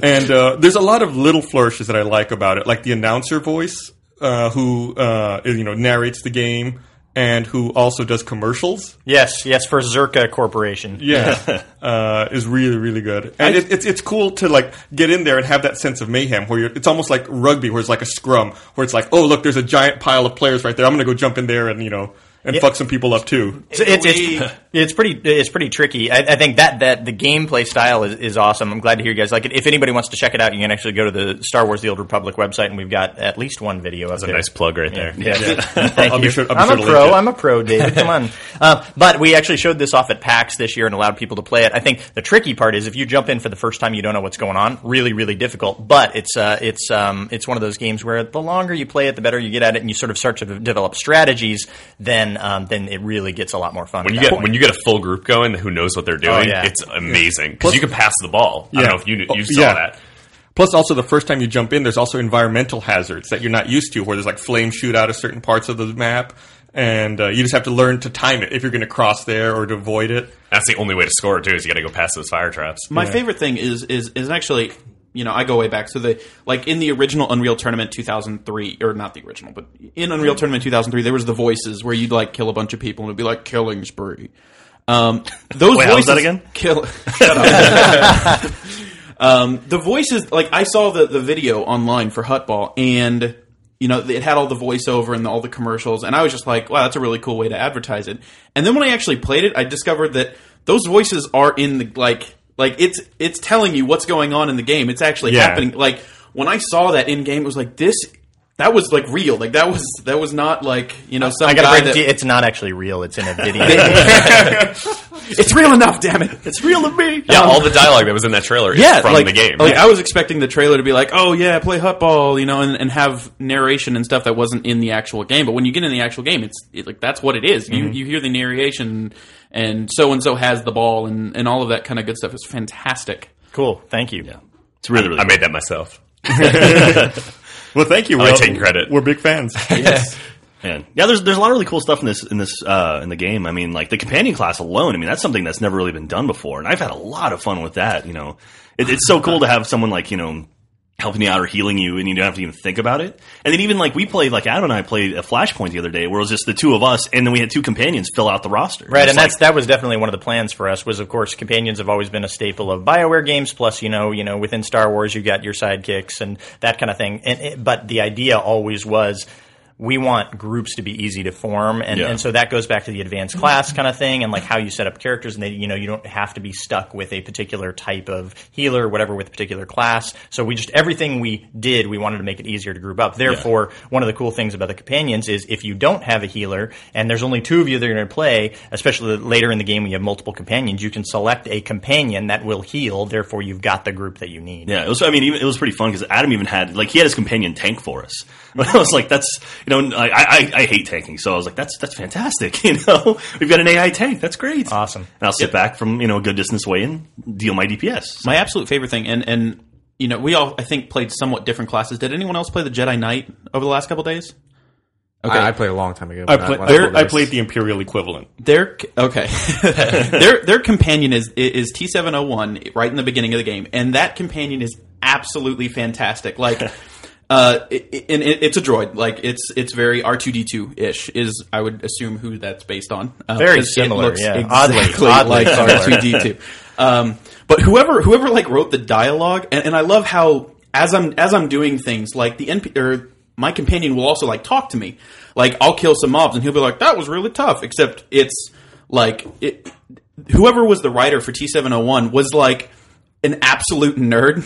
[SPEAKER 3] and uh, there's a lot of little flourishes that I like about it, like the announcer voice uh, who uh, is, you know narrates the game and who also does commercials.
[SPEAKER 7] Yes, yes, for Zerka Corporation.
[SPEAKER 3] Yeah, uh, is really really good, and it, it's it's cool to like get in there and have that sense of mayhem where you're, it's almost like rugby, where it's like a scrum, where it's like, oh look, there's a giant pile of players right there. I'm gonna go jump in there and you know and fuck some people up too.
[SPEAKER 7] So it's, it's, (laughs) it's pretty it's pretty tricky. I, I think that that the gameplay style is, is awesome. I'm glad to hear you guys like it. If anybody wants to check it out, you can actually go to the Star Wars: The Old Republic website, and we've got at least one video. That's
[SPEAKER 8] a nice plug right there.
[SPEAKER 7] Yeah. (laughs)
[SPEAKER 3] I'll, I'll be sure. I'll be
[SPEAKER 7] I'm
[SPEAKER 3] sure to
[SPEAKER 7] a
[SPEAKER 3] link
[SPEAKER 7] pro.
[SPEAKER 3] it.
[SPEAKER 7] I'm a pro, (laughs) David. Come on. Uh, but we actually showed this off at PAX this year and allowed people to play it. I think the tricky part is if you jump in for the first time, you don't know what's going on. Really, really difficult. But it's uh, it's um, it's one of those games where the longer you play it, the better you get at it, and you sort of start to develop strategies. Then um, then it really gets a lot more fun.
[SPEAKER 8] When
[SPEAKER 7] at
[SPEAKER 8] you
[SPEAKER 7] that
[SPEAKER 8] get
[SPEAKER 7] point.
[SPEAKER 8] when you get a full group going who knows what they're doing,
[SPEAKER 7] yeah.
[SPEAKER 8] it's amazing because you can pass the ball.
[SPEAKER 3] Yeah.
[SPEAKER 8] I don't know if you kn-
[SPEAKER 3] Oh,
[SPEAKER 8] you saw
[SPEAKER 3] yeah.
[SPEAKER 8] that.
[SPEAKER 3] Plus, also the first time you jump in, there's also environmental hazards that you're not used to, where there's like flame shoot out of certain parts of the map, and uh, you just have to learn to time it if you're going to cross there or to avoid it.
[SPEAKER 8] That's the only way to score too. Is you got to go past those fire traps.
[SPEAKER 5] My favorite thing is is is actually you know I go way back. So the like in the original Unreal Tournament 2003 or not the original, but in Unreal Tournament 2003 there was the voices where you'd like kill a bunch of people and it'd be like killing spree. Um, those
[SPEAKER 4] Wait, how was
[SPEAKER 5] voices
[SPEAKER 4] that again? (laughs)
[SPEAKER 5] kill. Shut up. um, the voices like I saw the the video online for Hutball and. You know, it had all the voiceover and all the commercials, and I was just like, "Wow, that's a really cool way to advertise it." And then when I actually played it, I discovered that those voices are in the like, like it's it's telling you what's going on in the game. It's actually
[SPEAKER 8] Yeah.
[SPEAKER 5] happening. Like when I saw that in game, it was like this. That was like real. Like that was that was not like you know some
[SPEAKER 7] I
[SPEAKER 5] guy
[SPEAKER 7] gotta break.
[SPEAKER 5] that-
[SPEAKER 7] it's not actually real. It's
[SPEAKER 8] (laughs)
[SPEAKER 7] in a video.
[SPEAKER 5] it's real enough. Damn it, it's real to me.
[SPEAKER 8] Yeah, all the dialogue that was in that trailer is
[SPEAKER 5] yeah,
[SPEAKER 8] from
[SPEAKER 5] like,
[SPEAKER 8] the game.
[SPEAKER 5] Like I was expecting the trailer to be like, oh yeah, play hutball, you know, and, and have narration and stuff that wasn't in the actual game. But when you get in the actual game, it's it, like that's what it is.
[SPEAKER 8] Mm-hmm.
[SPEAKER 5] You you hear the narration, and so and so has the ball, and and all of that kind of good stuff is fantastic.
[SPEAKER 7] cool. Thank you.
[SPEAKER 4] It's really really.
[SPEAKER 8] I made that myself.
[SPEAKER 3] Well, thank you.
[SPEAKER 8] I
[SPEAKER 3] Will.
[SPEAKER 8] take credit.
[SPEAKER 3] We're big fans.
[SPEAKER 4] Man. Yeah, there's there's a lot of really cool stuff in this in this uh, in the game. I mean, like the companion class alone. I mean, that's something that's never really been done before, and I've had a lot of fun with that. You know, it, it's so cool to have someone like you know helping you out or healing you, and you don't have to even think about it. And then even like we played, like Adam and I played a Flashpoint the other day, where it was just the two of us, and then we had two companions fill out the roster.
[SPEAKER 7] Right,
[SPEAKER 4] It's
[SPEAKER 7] and
[SPEAKER 4] like-
[SPEAKER 7] that's that was definitely one of the plans for us. Was of course, companions have always been a staple of Bioware games. Plus, you know, you know, within Star Wars, you got your sidekicks and that kind of thing. And it, but the idea always was. We want groups to be easy to form, and,
[SPEAKER 4] Yeah.
[SPEAKER 7] and so that goes back to the advanced class kind of thing, and like how you set up characters, and they, you know you don't have to be stuck with a particular type of healer, or whatever, with a particular class. So we just everything we did, we wanted to make it easier to group up. Therefore, one of the cool things about the companions is if you don't have a healer and there's only two of you that are going to play, especially later in the game when you have multiple companions, you can select a companion that will heal. Therefore, you've got the group that you need.
[SPEAKER 4] Yeah, it was. I mean, even, it was pretty fun because Adam even had like he had his companion tank for us. (laughs) But I was like, that's you know, I, I I hate tanking, so I was like, that's that's fantastic. (laughs) You know, we've got an AI tank. That's great.
[SPEAKER 7] Awesome.
[SPEAKER 4] And I'll sit back from you know a good distance away and deal my DPS. So-
[SPEAKER 5] My absolute favorite thing, and and you know, we all I think played somewhat different classes. Did anyone else play the Jedi Knight over the last couple days? Okay,
[SPEAKER 6] I, I played a long time ago. but
[SPEAKER 3] I,
[SPEAKER 6] not
[SPEAKER 3] play,
[SPEAKER 6] last couple
[SPEAKER 3] I
[SPEAKER 6] days.
[SPEAKER 3] played the Imperial equivalent.
[SPEAKER 5] Their okay, (laughs) their their companion is is T seven
[SPEAKER 7] (laughs)
[SPEAKER 5] oh one right in the beginning of the game, and that companion is absolutely fantastic. Like Uh, i i- and it, it's a droid. Like it's it's very R two D two ish. Is I would assume who that's based on. Uh,
[SPEAKER 7] Very
[SPEAKER 5] 'cause it
[SPEAKER 7] similar,
[SPEAKER 5] looks
[SPEAKER 7] yeah. Oddly-
[SPEAKER 5] Exactly
[SPEAKER 7] oddly
[SPEAKER 5] like
[SPEAKER 7] similar.
[SPEAKER 5] R two D two. Um, but whoever whoever like wrote the dialogue, and, and I love how as I'm as I'm doing things, like the NP or my companion will also like talk to me. Like I'll kill some mobs, and he'll be like, "That was really tough." Except it's like it, whoever was the writer for T seven hundred one was like an absolute nerd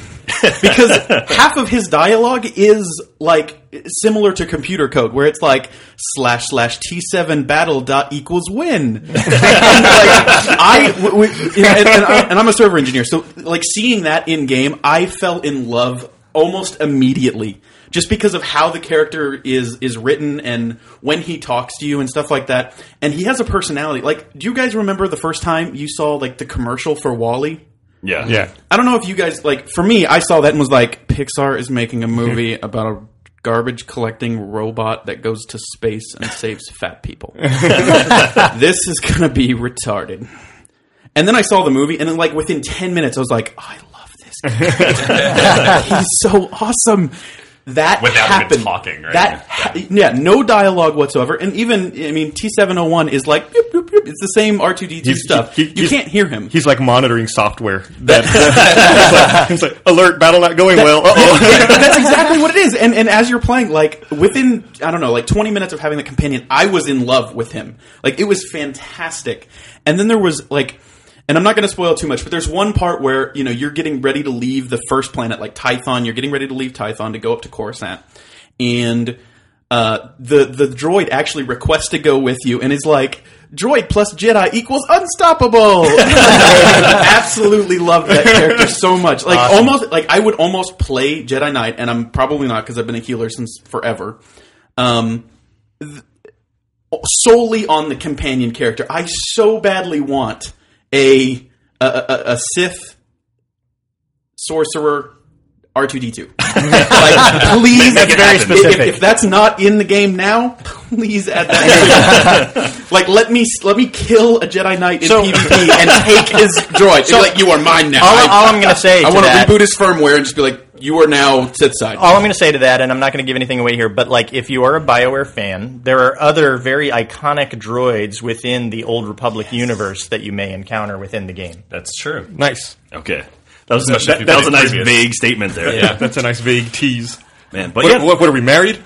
[SPEAKER 5] (laughs) because half of his dialogue is like similar to computer code where it's like slash slash t7 battle dot equals win (laughs) and, like, I, w- w- you know, and, and I- and i'm a server engineer so like seeing that in game i fell in love almost immediately just because of how the character is is written and when he talks to you and stuff like that and he has a personality like do you guys remember the first time you saw like the commercial for wally
[SPEAKER 4] Yeah.
[SPEAKER 3] Yeah.
[SPEAKER 5] I don't know if you guys like. For me, I saw that and was like, Pixar is making a
[SPEAKER 8] (laughs)
[SPEAKER 5] movie about a garbage collecting robot that goes to space and saves fat
[SPEAKER 8] (laughs)
[SPEAKER 5] people. this is gonna be retarded. And then I saw the movie, and then like within ten minutes, I was like, I love this.
[SPEAKER 8] (laughs)
[SPEAKER 5] guy. He's so awesome. That
[SPEAKER 8] Without even
[SPEAKER 5] happened.
[SPEAKER 8] talking, right?
[SPEAKER 5] That ha- yeah, no dialogue whatsoever. And even I mean, T seven hundred one is like boop, boop, boop. it's the same R two D two
[SPEAKER 3] He's-
[SPEAKER 5] stuff.
[SPEAKER 3] he- he-
[SPEAKER 5] you
[SPEAKER 3] he's-
[SPEAKER 5] can't hear him.
[SPEAKER 3] He's like monitoring
[SPEAKER 8] (laughs)
[SPEAKER 3] software. That it's, like, it's like, alert, battle not going well. Uh
[SPEAKER 5] Yeah,
[SPEAKER 3] oh.
[SPEAKER 5] but that's exactly what it is. And and as you're playing, like within I don't know, like 20 minutes of having the companion, I was in love with him. Like it was fantastic. And then there was like and I'm not going to spoil too much, but there's one part where you know you're getting ready to leave the first planet, like Tython. You're getting ready to leave Tython to go up to Coruscant, and uh, the the droid actually requests to go with you, and is like, "Droid plus Jedi equals unstoppable." Absolutely loved that character so much. Like almost like I would almost play Jedi Knight, and I'm probably not because I've been a healer since forever. Um, solely on the companion character. I so badly want a a, a, a Sith sorcerer R two D two. (laughs) Like, please,
[SPEAKER 4] Make it very
[SPEAKER 5] if-
[SPEAKER 4] specific.
[SPEAKER 5] If, if that's not in the game now, please add that. (laughs) in. like, let me let me kill a Jedi Knight in
[SPEAKER 7] So-
[SPEAKER 5] PvP and take (laughs) his droid. So, like, you are mine now.
[SPEAKER 7] All,
[SPEAKER 5] I-
[SPEAKER 7] all I'm going to say
[SPEAKER 5] I
[SPEAKER 7] to
[SPEAKER 5] want to
[SPEAKER 7] that-
[SPEAKER 5] reboot his firmware and just be like, you are now Sith side.
[SPEAKER 7] all I'm going to say to that, and I'm not going to give anything away here, but like if you are a Bioware fan, there are other very iconic droids within the Old Republic universe that you may encounter within the game.
[SPEAKER 8] That's true.
[SPEAKER 3] (laughs) nice.
[SPEAKER 4] Okay. That was,
[SPEAKER 8] Especially if
[SPEAKER 4] that,
[SPEAKER 8] you
[SPEAKER 4] that was a
[SPEAKER 8] played
[SPEAKER 4] nice
[SPEAKER 8] previous.
[SPEAKER 4] vague statement there.
[SPEAKER 8] Yeah.
[SPEAKER 3] That's a nice vague tease.
[SPEAKER 4] (laughs) Man, but
[SPEAKER 3] What,
[SPEAKER 4] yeah,
[SPEAKER 3] what, what are we married?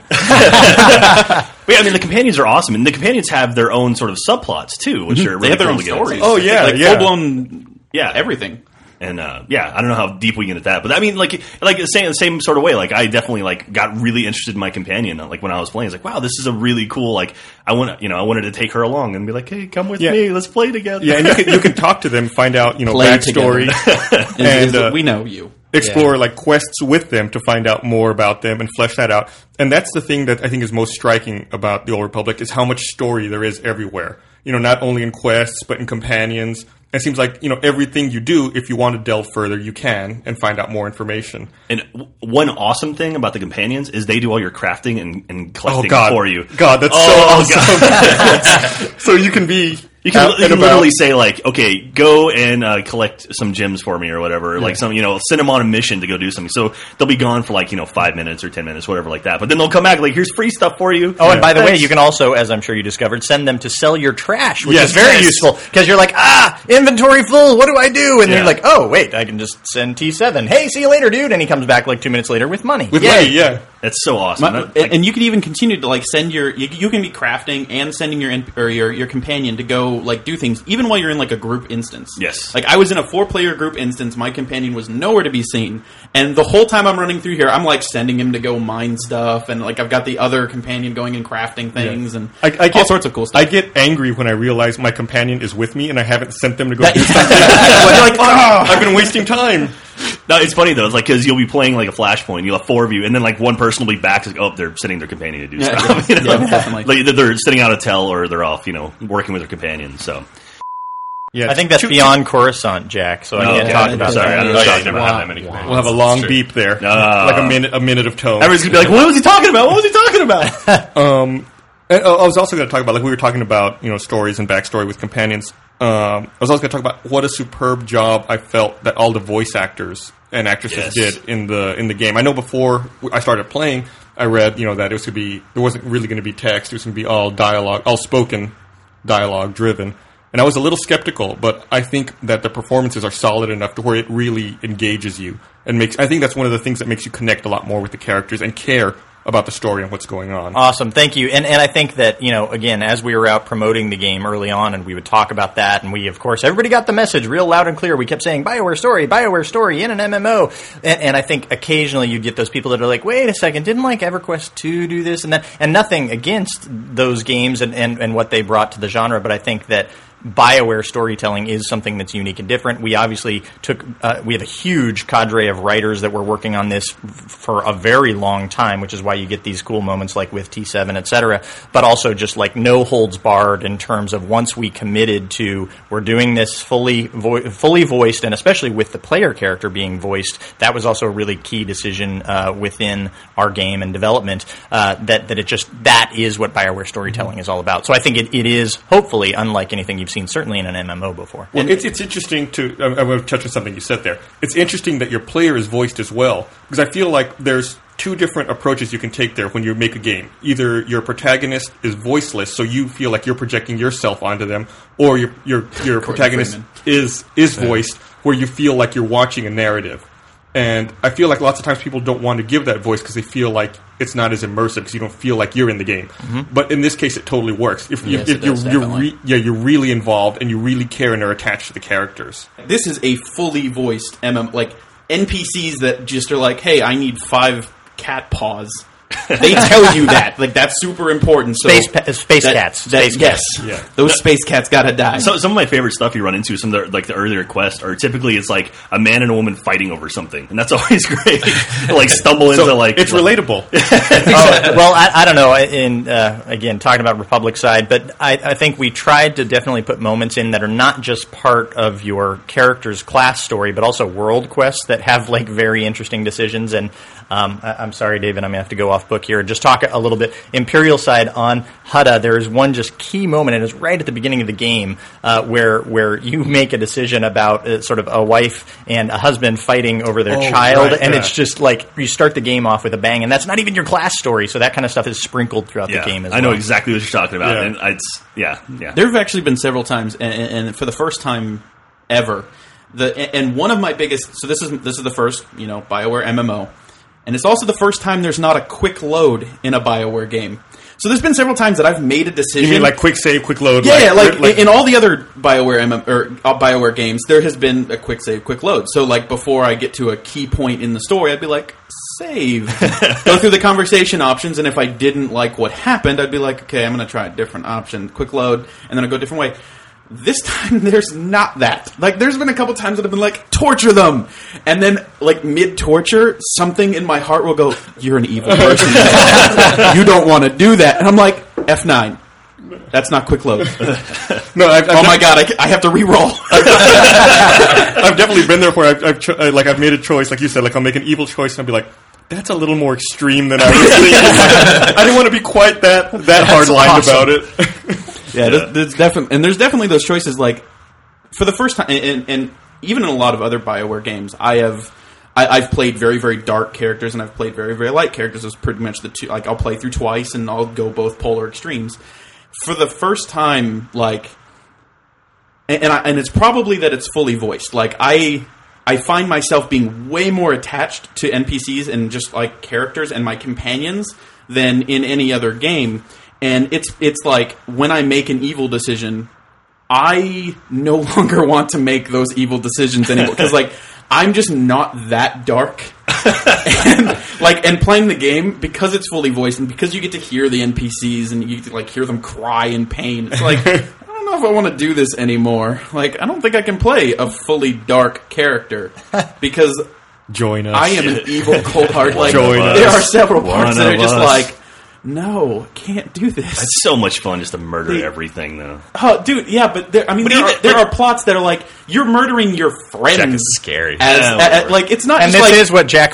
[SPEAKER 4] But yeah, I mean, the companions are awesome, and the companions have their own sort of subplots too, which are really
[SPEAKER 5] they have their
[SPEAKER 4] cool
[SPEAKER 5] own
[SPEAKER 4] to get into.
[SPEAKER 5] stories.
[SPEAKER 3] Oh, yeah,
[SPEAKER 5] like
[SPEAKER 3] yeah.
[SPEAKER 5] full blown
[SPEAKER 4] yeah,
[SPEAKER 5] everything.
[SPEAKER 4] and uh, yeah, I don't know how deep we get into that, but I mean, like, like the same, the same sort of way. Like, I definitely like got really interested in my companion. Like when I was playing, it's like, wow, this is a really cool. Like, I want, you know, I wanted to take her along and be like, hey, come with
[SPEAKER 3] Yeah.
[SPEAKER 4] me, let's play together.
[SPEAKER 3] Yeah, and
[SPEAKER 4] (laughs)
[SPEAKER 3] you can, you can talk to them, find out you know
[SPEAKER 5] Play
[SPEAKER 3] backstory, (laughs) and uh,
[SPEAKER 5] we know you.
[SPEAKER 3] explore like quests with them to find out more about them and flesh that out. And that's the thing that I think is most striking about the Old Republic is how much story there is everywhere. You know, not only in quests but in companions. It seems like you know everything you do. If you want to delve further, you can and find out more information.
[SPEAKER 4] And w- one awesome thing about the companions is they do all your crafting and, and collecting
[SPEAKER 3] Oh, God.
[SPEAKER 4] for you.
[SPEAKER 3] God, that's so
[SPEAKER 4] God.
[SPEAKER 3] Oh, (laughs) So you can be
[SPEAKER 4] You can,
[SPEAKER 3] out
[SPEAKER 4] you
[SPEAKER 3] and
[SPEAKER 4] can
[SPEAKER 3] about.
[SPEAKER 4] literally say like, okay, go and uh, collect some gems for me or whatever. Like some, you know, send them on a mission to go do something. So they'll be gone for like you know five minutes or ten minutes, whatever like that. But then they'll come back like, here's free stuff for you.
[SPEAKER 7] Oh, and by the way, you can also, as I'm sure you discovered, send them to sell your trash, which
[SPEAKER 4] Yes.
[SPEAKER 7] is very
[SPEAKER 4] Yes.
[SPEAKER 7] useful because you're like, ah, inventory full. What do I do? And
[SPEAKER 4] Yeah.
[SPEAKER 7] you're like, oh, wait, I can just send T7. Hey, see you later, dude. And he comes back like two minutes later with money.
[SPEAKER 3] with
[SPEAKER 7] Yay.
[SPEAKER 3] money, yeah.
[SPEAKER 4] that's so awesome.
[SPEAKER 5] My,
[SPEAKER 4] That-
[SPEAKER 5] and, and you could even continue to like send your you, you can be crafting and sending your in- or your your companion to go like do things even while you're in like a group instance.
[SPEAKER 4] Yes.
[SPEAKER 5] Like I was in a four player group instance, my companion was nowhere to be seen, and the whole time I'm running through here, I'm like sending him to go mine stuff, and like I've got the other companion going and crafting things and
[SPEAKER 3] I, I get,
[SPEAKER 5] all sorts of cool stuff.
[SPEAKER 3] I get angry when I realize my companion is with me and I haven't sent them to go
[SPEAKER 5] That-
[SPEAKER 3] do
[SPEAKER 5] (laughs)
[SPEAKER 3] something. (laughs) like, ah, I've been wasting time.
[SPEAKER 4] no, it's funny though. It's like because you'll be playing like a flashpoint. You'll have four of you, and then like one person will be back. Like, oh, they're sending their companion to do
[SPEAKER 5] Yeah,
[SPEAKER 4] stuff. (laughs)
[SPEAKER 5] yeah,
[SPEAKER 4] you know?
[SPEAKER 5] yeah, definitely.
[SPEAKER 4] Like, either they're sitting out a tell or they're off. You know, working with their companion. So
[SPEAKER 3] Yeah,
[SPEAKER 7] I think that's beyond Coruscant, Jack. So I need
[SPEAKER 4] Oh,
[SPEAKER 7] to
[SPEAKER 4] okay.
[SPEAKER 7] talk about
[SPEAKER 4] Sorry,
[SPEAKER 7] that.
[SPEAKER 4] I was
[SPEAKER 8] Oh, yeah,
[SPEAKER 4] talking
[SPEAKER 8] you never
[SPEAKER 4] about.
[SPEAKER 8] have that many companions.
[SPEAKER 3] We'll have a long beep there,
[SPEAKER 4] Ah.
[SPEAKER 3] like a minute, a minute of tone.
[SPEAKER 4] Everyone's gonna be like, what was he talking about? What was he talking about?
[SPEAKER 3] And, uh, I was also going to talk about like we were talking about you know stories and backstory with companions. Um, I was also going to talk about what a superb job I felt that all the voice actors and actresses
[SPEAKER 4] Yes.
[SPEAKER 3] did in the in the game. I know before I started playing, I read you know that it was going to be there wasn't really going to be text; it was going to be all dialogue, all spoken dialogue driven. And I was a little skeptical, but I think that the performances are solid enough to where it really engages you and makes. I think that's one of the things that makes you connect a lot more with the characters and care about the story and what's going on.
[SPEAKER 7] Awesome, thank you. And and I think that you know, again, as we were out promoting the game early on, and we would talk about that, and we, of course, everybody got the message real loud and clear. We kept saying Bioware story, Bioware story in an MMO, and, and I think occasionally you'd get those people that are like, wait a second, didn't like EverQuest two do this and that, and nothing against those games and and, and what they brought to the genre, but I think that. BioWare storytelling is something that's unique and different. We obviously took, uh, we have a huge cadre of writers that were working on this f- for a very long time, which is why you get these cool moments like with T7, et cetera, but also just like no holds barred in terms of once we committed to, we're doing this fully, vo- fully voiced, and especially with the player character being voiced, that was also a really key decision uh, within our game and development uh, that, that it just, that is what BioWare storytelling is all about. So I think it, it is, hopefully, unlike anything you've seen, certainly in an MMO before.
[SPEAKER 3] Well, it's, it's interesting to. I, I want to touch on something you said there. It's interesting that your player is voiced as well because I feel like there's two different approaches you can take there when you make a game. Either your protagonist is voiceless, so you feel like you're projecting yourself onto them, or your your your protagonist is is voiced, where you feel like you're watching a narrative. And I feel like lots of times people don't want to give that voice because they feel like it's not as immersive because you don't feel like you're in the game. But in this case, it totally works. If, you
[SPEAKER 2] Yes,
[SPEAKER 3] if
[SPEAKER 2] it
[SPEAKER 3] you're,
[SPEAKER 2] does,
[SPEAKER 3] you're
[SPEAKER 2] definitely.
[SPEAKER 3] re- yeah, you're really involved and you really care and are attached to the characters.
[SPEAKER 5] this is a fully voiced MM like NPCs that just are like, "Hey, I need five cat paws."
[SPEAKER 7] (laughs)
[SPEAKER 5] they tell you that like that's super important. So
[SPEAKER 7] Space pa- uh, space cats. Space
[SPEAKER 5] yes,
[SPEAKER 7] cats.
[SPEAKER 3] Yeah.
[SPEAKER 5] those space cats gotta die.
[SPEAKER 4] So, some of my favorite stuff you run into, some of the, like the earlier quests, are typically it's like a man and a woman fighting over something, and that's (laughs) always great. like stumble into like
[SPEAKER 3] it's
[SPEAKER 4] like-
[SPEAKER 3] relatable. (laughs)
[SPEAKER 7] Oh, (laughs) well, I, I don't know. In uh, again, talking about Republic side, but I, I think we tried to definitely put moments in that are not just part of your character's class story, but also world quests that have like very interesting decisions. And um, I, I'm sorry, David, I'm gonna have to go off book here and just talk a little bit. Imperial side on Hutta, there is one just key moment, and it's right at the beginning of the game uh, where where you (laughs) make a decision about uh, sort of a wife and a husband fighting over their
[SPEAKER 3] Oh,
[SPEAKER 7] child,
[SPEAKER 3] right,
[SPEAKER 7] and
[SPEAKER 3] yeah.
[SPEAKER 7] it's just just like you start the game off with a bang, and that's not even your class story. So that kind of stuff is sprinkled throughout
[SPEAKER 4] Yeah,
[SPEAKER 7] the game. As
[SPEAKER 4] I know
[SPEAKER 7] well.
[SPEAKER 4] exactly what you're talking about,
[SPEAKER 3] Yeah.
[SPEAKER 4] and it's yeah, yeah.
[SPEAKER 5] There have actually been several times, and, and and for the first time ever, the and one of my biggest. So this is this is the first you know Bioware MMO, and it's also the first time there's not a quick load in a Bioware game. So there's been several times that I've made a decision
[SPEAKER 3] you mean like quick save, quick load?
[SPEAKER 5] yeah, yeah, like, in all the other Bioware MM, or uh, Bioware games, there has been a quick save, quick load. So like before I get to a key point in the story, I'd be like (laughs) save, go through the conversation options, and if I didn't like what happened, I'd be like okay, I'm going to try a different option, quick load, and then I go a different way. This (laughs) time there's not that. Like there's been a couple times that I've been like torture them, and then like mid torture, something in my heart will go, "You're an evil (laughs) person. you don't want to do that," and I'm like F nine. That's not quick load. (laughs)
[SPEAKER 3] no, I've, I've (laughs)
[SPEAKER 5] Oh my
[SPEAKER 3] def-
[SPEAKER 5] god, I, I have to re-roll.
[SPEAKER 3] I've definitely been there where I've, I've cho- uh, like I've made a choice, like you said, like I'll make an evil choice and I'll be like, that's a little more extreme than I (laughs) was thinking. I didn't want to be quite that that hard lined
[SPEAKER 7] awesome.
[SPEAKER 3] about it.
[SPEAKER 5] (laughs) yeah, There's, there's definitely and there's definitely those choices. Like for the first time, and, and even in a lot of other Bioware games, I have I, I've played very very dark characters and I've played very very light characters. It's pretty much the two. Like I'll play through twice and I'll go both polar extremes. For the first time, like and and, I, and it's probably that it's fully voiced. Like I, I find myself being way more attached to NPCs and just like characters and my companions than in any other game. And it's it's like when I make an evil decision, I no (laughs) longer want to make those evil decisions anymore because like I'm just not that dark. (laughs) and, like and playing the game because it's fully voiced and because you get to hear the NPCs and you get to, like hear them cry in pain. It's like I don't know if I want to do this anymore. Like I don't think I can play a fully dark
[SPEAKER 7] (laughs)
[SPEAKER 5] character because
[SPEAKER 3] Join us.
[SPEAKER 5] I am an evil cold heart. Like
[SPEAKER 3] Join
[SPEAKER 5] there
[SPEAKER 4] us.
[SPEAKER 5] are several
[SPEAKER 4] One
[SPEAKER 5] parts that are
[SPEAKER 4] of
[SPEAKER 5] just
[SPEAKER 4] us.
[SPEAKER 5] like no, can't do this.
[SPEAKER 4] It's so much fun just to murder
[SPEAKER 5] They-
[SPEAKER 4] everything, though. (laughs)
[SPEAKER 5] Oh, dude, yeah, but there, I mean, there,
[SPEAKER 4] even-
[SPEAKER 5] are, there are plots that are like you're murdering your friends.
[SPEAKER 8] Jack is scary.
[SPEAKER 5] As,
[SPEAKER 4] Yeah,
[SPEAKER 5] a- a-
[SPEAKER 4] whatever.
[SPEAKER 5] like it's not
[SPEAKER 7] And
[SPEAKER 5] just
[SPEAKER 7] this
[SPEAKER 5] like
[SPEAKER 7] is what Jack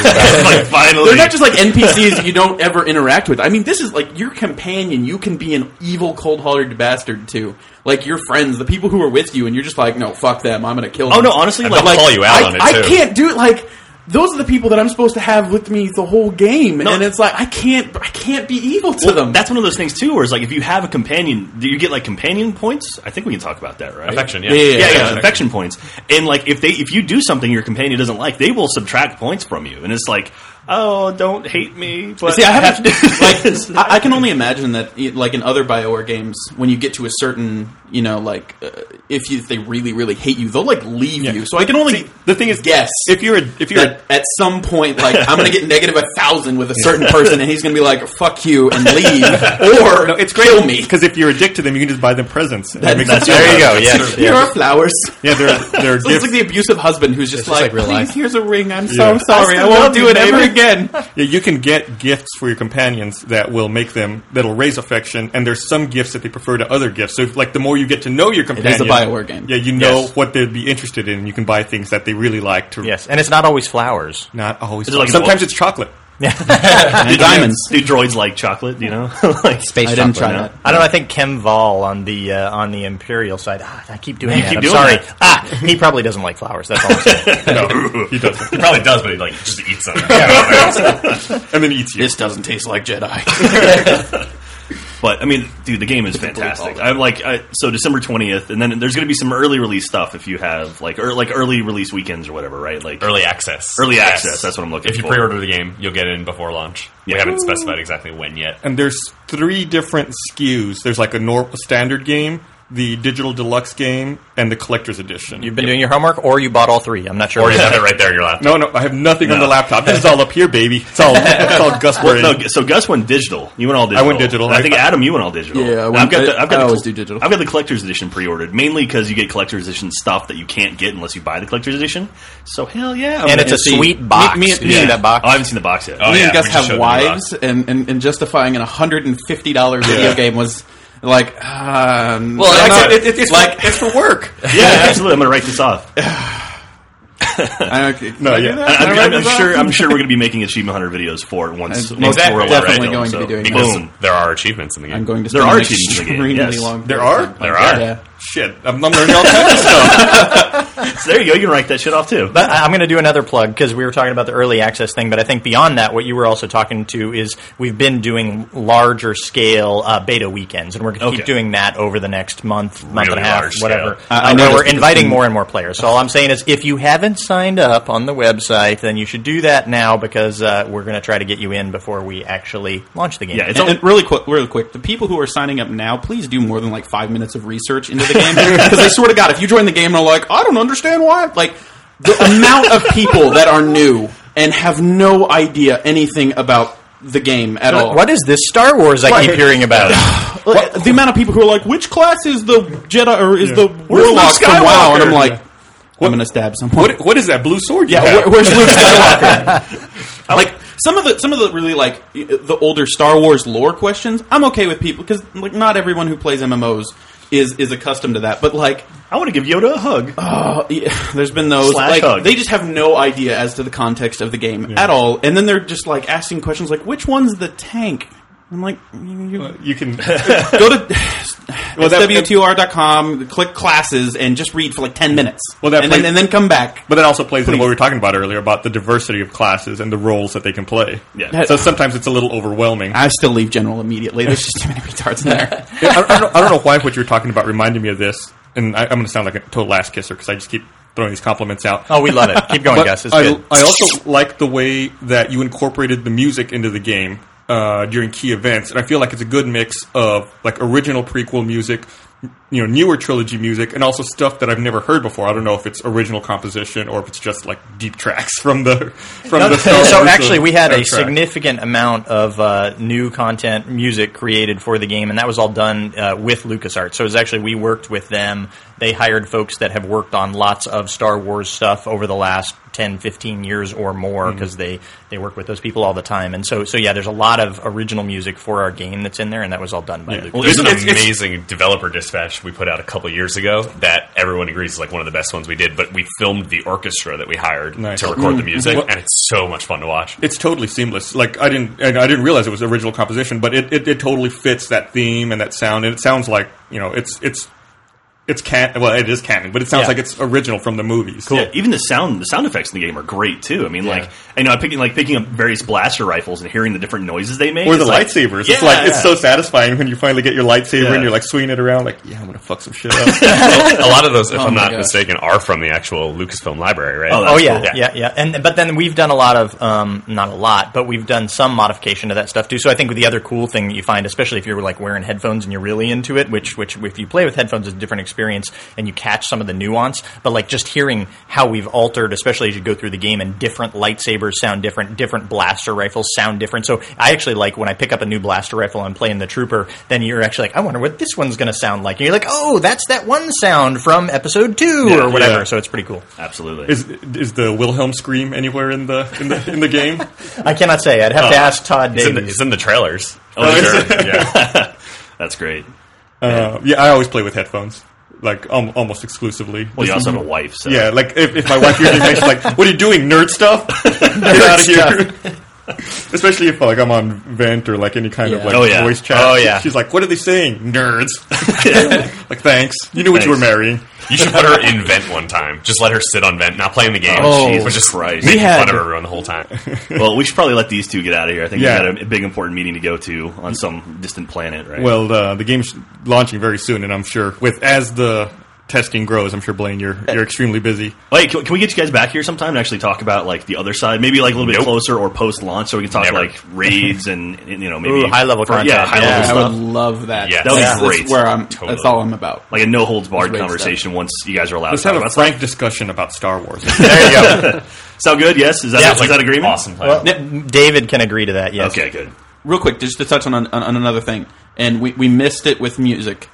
[SPEAKER 4] (laughs)
[SPEAKER 7] about.
[SPEAKER 4] like finally,
[SPEAKER 5] they're not just like NPCs you don't ever interact with. I mean, this is like your companion. You can be an evil, cold-hearted bastard too. Like your friends, the people who are with you, and you're just like, no, fuck them. I'm gonna kill.
[SPEAKER 4] Oh
[SPEAKER 5] them.
[SPEAKER 4] no! Honestly,
[SPEAKER 8] And
[SPEAKER 4] like,
[SPEAKER 8] they'll call you out
[SPEAKER 5] I,
[SPEAKER 8] on it
[SPEAKER 5] I
[SPEAKER 8] too.
[SPEAKER 5] can't do it. Like those are the people that I'm supposed to have with me the whole game, and it's like I can't, I can't be evil to them.
[SPEAKER 4] That's one of those things too, where it's like if you have a companion, do you get like companion points? I think we can talk about that, right?
[SPEAKER 8] Affection, yeah.
[SPEAKER 5] Yeah, yeah,
[SPEAKER 4] yeah, yeah,
[SPEAKER 8] yeah.
[SPEAKER 4] affection points. And like if they if you do something your companion doesn't like, they will subtract points from you, and it's like, oh, don't hate me. But
[SPEAKER 5] See, I haven't.
[SPEAKER 8] (laughs)
[SPEAKER 4] have to.
[SPEAKER 5] (laughs) like, I, I can (laughs) only imagine that, i- like in other Bioware games, when you get to a certain, you know, like uh, if, you, if they really, really hate you, they'll like leave you. So I can only
[SPEAKER 3] the thing is,
[SPEAKER 5] guess
[SPEAKER 3] if you're a, if you're
[SPEAKER 5] that at some point, like I'm going to get negative a thousand with a certain person, and he's going to be like, "Fuck you" and leave, or
[SPEAKER 3] no, it's great
[SPEAKER 5] kill me. (laughs)
[SPEAKER 3] because if you're addicted to them, you can just buy them presents. And it makes
[SPEAKER 5] that's
[SPEAKER 3] you feel
[SPEAKER 7] there you
[SPEAKER 3] better.
[SPEAKER 7] go. Yes.
[SPEAKER 5] Here are flowers.
[SPEAKER 3] Yeah, they're (laughs) they're
[SPEAKER 5] So it's like
[SPEAKER 3] different.
[SPEAKER 5] the abusive husband who's just,
[SPEAKER 6] It's just like
[SPEAKER 5] like,
[SPEAKER 6] real
[SPEAKER 5] "Please,
[SPEAKER 6] life."
[SPEAKER 5] here's a ring. I'm so
[SPEAKER 3] Yeah.
[SPEAKER 5] sorry. I,
[SPEAKER 3] I
[SPEAKER 5] won't
[SPEAKER 3] love
[SPEAKER 5] do
[SPEAKER 3] you,
[SPEAKER 5] it ever
[SPEAKER 3] baby."
[SPEAKER 5] again."
[SPEAKER 3] (laughs) Yeah, you can get gifts for your companions that will make them that'll raise affection, and there's some gifts that they prefer to other gifts. So, if, like the more you get to know your companion,
[SPEAKER 5] a Bioware game.
[SPEAKER 3] Yeah, you know what they'd be interested in. You can buy things that they really like to.
[SPEAKER 7] Yes, and it's not always flowers.
[SPEAKER 3] not always.
[SPEAKER 4] Is it like
[SPEAKER 3] sometimes
[SPEAKER 4] what?
[SPEAKER 3] it's chocolate.
[SPEAKER 5] And diamonds.
[SPEAKER 4] do droids like chocolate? You know, (laughs) like
[SPEAKER 6] Space
[SPEAKER 5] I didn't
[SPEAKER 6] chocolate,
[SPEAKER 5] try
[SPEAKER 6] no?
[SPEAKER 5] that.
[SPEAKER 7] I don't. know, I think Kem Vol on the uh, on the Imperial side. Ah, I keep doing
[SPEAKER 4] You
[SPEAKER 7] that.
[SPEAKER 4] keep
[SPEAKER 7] I'm
[SPEAKER 4] doing
[SPEAKER 7] sorry.
[SPEAKER 4] that.
[SPEAKER 7] Ah, he probably doesn't like flowers. That's all. I'm
[SPEAKER 4] (laughs)
[SPEAKER 7] saying.
[SPEAKER 3] No, he
[SPEAKER 8] He
[SPEAKER 3] doesn't,
[SPEAKER 8] probably does, but he like just eats them.
[SPEAKER 3] and then he eats you.
[SPEAKER 5] This doesn't taste like Jedi.
[SPEAKER 4] But I mean, dude, the game is fantastic. I'm like, I, so December twentieth, and then there's going to be some early release stuff if you have like, or like early release weekends or whatever, right? Like
[SPEAKER 8] Early access.
[SPEAKER 4] Early
[SPEAKER 8] Yes.
[SPEAKER 4] access, that's what I'm looking
[SPEAKER 8] If you
[SPEAKER 4] for.
[SPEAKER 8] pre-order the game, you'll get in before launch.
[SPEAKER 4] Yeah.
[SPEAKER 8] We haven't specified exactly when yet.
[SPEAKER 3] and there's three different SKUs. There's like a normal standard game, the digital deluxe game, and the collector's edition.
[SPEAKER 7] You've been doing your homework, or you bought all three. I'm not sure.
[SPEAKER 8] Or you have it right there in your laptop.
[SPEAKER 3] no, no, I have nothing on
[SPEAKER 4] No.
[SPEAKER 3] the laptop. This is all up here, baby. It's all (laughs) it's all Gus Burton.
[SPEAKER 4] No, so Gus went digital. You went all digital.
[SPEAKER 3] I went digital.
[SPEAKER 4] And I think
[SPEAKER 3] I-
[SPEAKER 4] Adam, you went all digital.
[SPEAKER 5] Yeah, I
[SPEAKER 4] And
[SPEAKER 5] went-
[SPEAKER 4] I've got. The,
[SPEAKER 5] I-
[SPEAKER 4] I've got
[SPEAKER 5] I
[SPEAKER 4] the,
[SPEAKER 5] always do digital.
[SPEAKER 4] I've got the collector's edition pre-ordered mainly because you get collector's edition stuff that you can't get unless you buy the collector's edition. So hell yeah, I'm
[SPEAKER 7] and
[SPEAKER 4] gonna
[SPEAKER 7] it's a
[SPEAKER 4] see-
[SPEAKER 7] sweet box.
[SPEAKER 5] me-
[SPEAKER 7] you see that box?
[SPEAKER 4] Oh, I haven't seen the box yet.
[SPEAKER 8] Oh,
[SPEAKER 5] me
[SPEAKER 8] yeah,
[SPEAKER 5] and Gus
[SPEAKER 8] we
[SPEAKER 5] have
[SPEAKER 8] just showed them
[SPEAKER 5] wives, and, and, and justifying an hundred and fifty dollar video game was like, um, well,
[SPEAKER 3] it's- it- it- it's
[SPEAKER 5] like
[SPEAKER 3] for, it's for work.
[SPEAKER 4] yeah, absolutely. I'm gonna write this off.
[SPEAKER 5] I don't,
[SPEAKER 3] No,
[SPEAKER 5] no,
[SPEAKER 3] yeah.
[SPEAKER 5] yeah.
[SPEAKER 4] And I'm, I'm, I'm sure. I'm sure we're going to be making achievement hunter videos for it once.
[SPEAKER 5] I'm
[SPEAKER 4] once
[SPEAKER 5] most
[SPEAKER 4] we're all
[SPEAKER 5] definitely
[SPEAKER 4] ready.
[SPEAKER 5] going to be doing that.
[SPEAKER 8] Because
[SPEAKER 4] Boom.
[SPEAKER 8] there are achievements in the game.
[SPEAKER 5] I'm going to
[SPEAKER 4] There
[SPEAKER 5] spend
[SPEAKER 4] are
[SPEAKER 5] an
[SPEAKER 4] cheats in the game,
[SPEAKER 5] extremely
[SPEAKER 4] yes.
[SPEAKER 5] long.
[SPEAKER 3] There are?
[SPEAKER 5] time.
[SPEAKER 8] There are.
[SPEAKER 5] Yeah.
[SPEAKER 3] Shit, I'm, I'm learning all kinds of stuff.
[SPEAKER 4] So there you go. You can write that shit off too.
[SPEAKER 7] But I- I'm going to do another plug because we were talking about the early access thing, but I think beyond that, what you were also talking to is we've been doing larger scale uh, beta weekends, and we're going to
[SPEAKER 4] Okay.
[SPEAKER 7] keep doing that over the next month, month
[SPEAKER 8] Really
[SPEAKER 7] and a half,
[SPEAKER 8] large
[SPEAKER 7] whatever.
[SPEAKER 8] scale.
[SPEAKER 5] I- I
[SPEAKER 7] Uh, where
[SPEAKER 5] noticed
[SPEAKER 7] we're
[SPEAKER 5] that
[SPEAKER 7] inviting
[SPEAKER 5] it's been-
[SPEAKER 7] more and more players. So all I'm saying is, if you haven't signed up on the website, then you should do that now because uh, we're going to try to get you in before we actually launch the game.
[SPEAKER 4] Yeah, it's
[SPEAKER 5] And,
[SPEAKER 4] only,
[SPEAKER 5] and really quick, really quick. The people who are signing up now, please do more than like five minutes of research into
[SPEAKER 3] (laughs)
[SPEAKER 5] the game because I swear to God, if you join the game and are like, I don't understand why, like the amount of people that are new and have no idea anything about the game at all.
[SPEAKER 7] what is this Star Wars I keep hearing about?
[SPEAKER 5] Well, the amount of people who are like, which class is the Jedi or is the warlock
[SPEAKER 3] Luke
[SPEAKER 5] from WoW? And I'm
[SPEAKER 3] Skywalker?
[SPEAKER 5] like,
[SPEAKER 3] Yeah.
[SPEAKER 5] I'm gonna stab someone.
[SPEAKER 3] What, what is that blue sword you
[SPEAKER 5] yeah,
[SPEAKER 3] have?
[SPEAKER 5] where- where's Luke Skywalker?
[SPEAKER 3] (laughs)
[SPEAKER 5] like some of the some of the really like y- the older Star Wars lore questions, I'm okay with people because like not everyone who plays MMOs is is accustomed to that.
[SPEAKER 3] (gasps)
[SPEAKER 5] But like,
[SPEAKER 4] I want to give Yoda a hug.
[SPEAKER 5] uh, yeah, (sighs) there's been those
[SPEAKER 4] Slash
[SPEAKER 5] like
[SPEAKER 4] hug.
[SPEAKER 5] they just have no idea as to the context of the game at all, and then they're just like asking questions like, which one's the tank? I'm like, you, you-
[SPEAKER 3] you can.
[SPEAKER 5] (laughs) go to (sighs)
[SPEAKER 3] Well, that-
[SPEAKER 5] swtr.com, click classes, and just read for like 10 minutes.
[SPEAKER 3] Well, that
[SPEAKER 5] and,
[SPEAKER 3] plays-
[SPEAKER 5] then, and then come back.
[SPEAKER 3] But that also plays into what we were talking about earlier about the diversity of classes and the roles that they can play.
[SPEAKER 4] Yeah.
[SPEAKER 3] So sometimes it's a little overwhelming. I,
[SPEAKER 5] I still leave general immediately. There's just too many retards in (laughs) there.
[SPEAKER 3] I, don't, know- I don't know why what you were talking about reminded me of this, and I, I'm going to sound like a total ass kisser because I just keep throwing these compliments out.
[SPEAKER 7] oh, we love it. Keep going,
[SPEAKER 3] But
[SPEAKER 7] Gus. It's
[SPEAKER 3] I,
[SPEAKER 7] good.
[SPEAKER 3] I also like the way that you incorporated the music into the game uh, during key events, and I feel like it's a good mix of like original prequel music, m- you know, newer trilogy music, and also stuff that I've never heard before. I don't know if it's original composition or if it's just like deep tracks (laughs) from the from
[SPEAKER 7] No,
[SPEAKER 3] the. Star
[SPEAKER 7] (laughs) so
[SPEAKER 3] Wars,
[SPEAKER 7] actually,
[SPEAKER 3] uh,
[SPEAKER 7] we had a
[SPEAKER 3] soundtrack.
[SPEAKER 7] significant amount of uh, new content, music created for the game, and that was all done uh, with LucasArts. So it was actually we worked with them. They hired folks that have worked on lots of Star Wars stuff over the last 10, 15 years or
[SPEAKER 3] Mm-hmm.
[SPEAKER 7] more because they, they work with those people all the time. And so, so yeah, there's a lot of original music for our game that's in there, and that was all done by Luke.
[SPEAKER 8] Well, there's an amazing developer dispatch we put out a couple years ago that everyone agrees is like one of the best ones we did. But we filmed the orchestra that we hired
[SPEAKER 3] Nice.
[SPEAKER 8] to record
[SPEAKER 6] Mm.
[SPEAKER 8] the music,
[SPEAKER 3] What-
[SPEAKER 8] and it's so much fun
[SPEAKER 5] (laughs)
[SPEAKER 8] to watch.
[SPEAKER 3] it's totally seamless. Like I didn't, and I didn't realize it was original composition, but it, it, it totally fits that theme and that sound, and it sounds like you know, it's it's it's can well, it is canon, but it sounds
[SPEAKER 7] Yeah.
[SPEAKER 3] like it's original from the movies. Cool.
[SPEAKER 4] Yeah, even the sound the sound effects in the game are great too. I mean, like I know I picking like picking up various blaster rifles and hearing the different noises they make.
[SPEAKER 3] Or the
[SPEAKER 4] It's like-
[SPEAKER 3] lightsabers.
[SPEAKER 4] Yeah,
[SPEAKER 3] it's like it's so satisfying when you finally get your lightsaber
[SPEAKER 4] Yeah.
[SPEAKER 3] and you're like swinging it around, like yeah, I'm gonna fuck some shit
[SPEAKER 4] (laughs)
[SPEAKER 3] up.
[SPEAKER 8] a lot of those, if I'm
[SPEAKER 6] Oh my
[SPEAKER 8] not
[SPEAKER 6] gosh.
[SPEAKER 8] mistaken, are from the actual Lucasfilm library, right?
[SPEAKER 4] Oh,
[SPEAKER 7] Oh
[SPEAKER 4] That's
[SPEAKER 7] yeah,
[SPEAKER 4] cool.
[SPEAKER 7] yeah, yeah. And but then we've done a lot of um, not a lot, but we've done some modification to that stuff too. So I think the other cool thing that you find, especially if you're like wearing headphones and you're really into it, which which if you play with headphones is a different experience, and you catch some of the nuance. But like just hearing how we've altered, especially as you go through the game, and different lightsabers sound different, different blaster rifles sound different. So I actually like when I pick up a new blaster rifle and playing the trooper, then you're actually like, I wonder what this one's going to sound like. And you're like, oh, that's that one sound from episode two
[SPEAKER 4] Yeah,
[SPEAKER 7] or whatever.
[SPEAKER 4] yeah.
[SPEAKER 7] So it's pretty cool.
[SPEAKER 4] absolutely.
[SPEAKER 3] is is the Wilhelm scream anywhere in the in the in the
[SPEAKER 4] (laughs)
[SPEAKER 3] game?
[SPEAKER 7] I cannot say. I'd have to ask Todd
[SPEAKER 8] It's in, the,
[SPEAKER 7] Davies.
[SPEAKER 8] it's in the trailers.
[SPEAKER 4] Oh, sure.
[SPEAKER 8] yeah.
[SPEAKER 4] That's great.
[SPEAKER 3] Uh, yeah, I always play with headphones, like um, almost exclusively.
[SPEAKER 4] Well, you also have a wife, so
[SPEAKER 3] Yeah, like if, if my wife usually makes like, "What are you doing, nerd
[SPEAKER 4] (laughs)
[SPEAKER 3] stuff? Get out of here!" (laughs) Especially if like I'm on Vent or like any kind of
[SPEAKER 6] Yeah.
[SPEAKER 3] like
[SPEAKER 4] Oh, yeah.
[SPEAKER 3] voice chat.
[SPEAKER 4] Oh, yeah.
[SPEAKER 3] She's like, "What are they saying,
[SPEAKER 4] (laughs)
[SPEAKER 3] nerds?" (laughs) like, thanks. You knew what you were
[SPEAKER 4] Thanks.
[SPEAKER 3] marrying.
[SPEAKER 8] You should put her in vent one time. Just let her sit on vent, not playing the game.
[SPEAKER 4] Oh,
[SPEAKER 8] She
[SPEAKER 4] Jesus
[SPEAKER 8] was just
[SPEAKER 4] Christ.
[SPEAKER 8] making
[SPEAKER 5] We had-
[SPEAKER 8] fun of everyone the
[SPEAKER 5] (laughs)
[SPEAKER 8] whole time.
[SPEAKER 4] well, we should probably let these two get out of here. I think
[SPEAKER 3] Yeah.
[SPEAKER 4] we got a big important meeting to go to on some distant planet, right?
[SPEAKER 3] Well, uh, the game's launching very soon, and I'm sure with as the testing grows, I'm sure Blaine, you're you're extremely busy.
[SPEAKER 4] wait, can, can we get you guys back here sometime and actually talk about like the other side, maybe like a little bit
[SPEAKER 8] Nope.
[SPEAKER 4] closer or post launch, so we can talk
[SPEAKER 8] Never.
[SPEAKER 4] like raids and and, you know maybe
[SPEAKER 7] Ooh, high-level
[SPEAKER 4] for- yeah,
[SPEAKER 7] content.
[SPEAKER 4] high
[SPEAKER 7] Yeah,
[SPEAKER 4] level
[SPEAKER 5] I
[SPEAKER 4] stuff.
[SPEAKER 5] would love that.
[SPEAKER 8] Yes.
[SPEAKER 4] That would be
[SPEAKER 5] that's,
[SPEAKER 4] great.
[SPEAKER 5] That's where I'm. That's
[SPEAKER 8] Totally.
[SPEAKER 5] all I'm about.
[SPEAKER 4] like a no holds barred
[SPEAKER 5] Let's raise
[SPEAKER 4] conversation once you guys are allowed
[SPEAKER 3] Let's
[SPEAKER 4] to talk
[SPEAKER 3] have a
[SPEAKER 4] about
[SPEAKER 3] frank discussion about Star Wars.
[SPEAKER 7] there you go.
[SPEAKER 4] stuff. Sound good? Yes. Is that
[SPEAKER 7] Yeah.
[SPEAKER 4] is that agreement?
[SPEAKER 8] Awesome plan.
[SPEAKER 7] Well, N- David can agree to that. Yes.
[SPEAKER 4] Okay, good.
[SPEAKER 5] Real quick, just to touch on on, on another thing, and we, we missed it with music.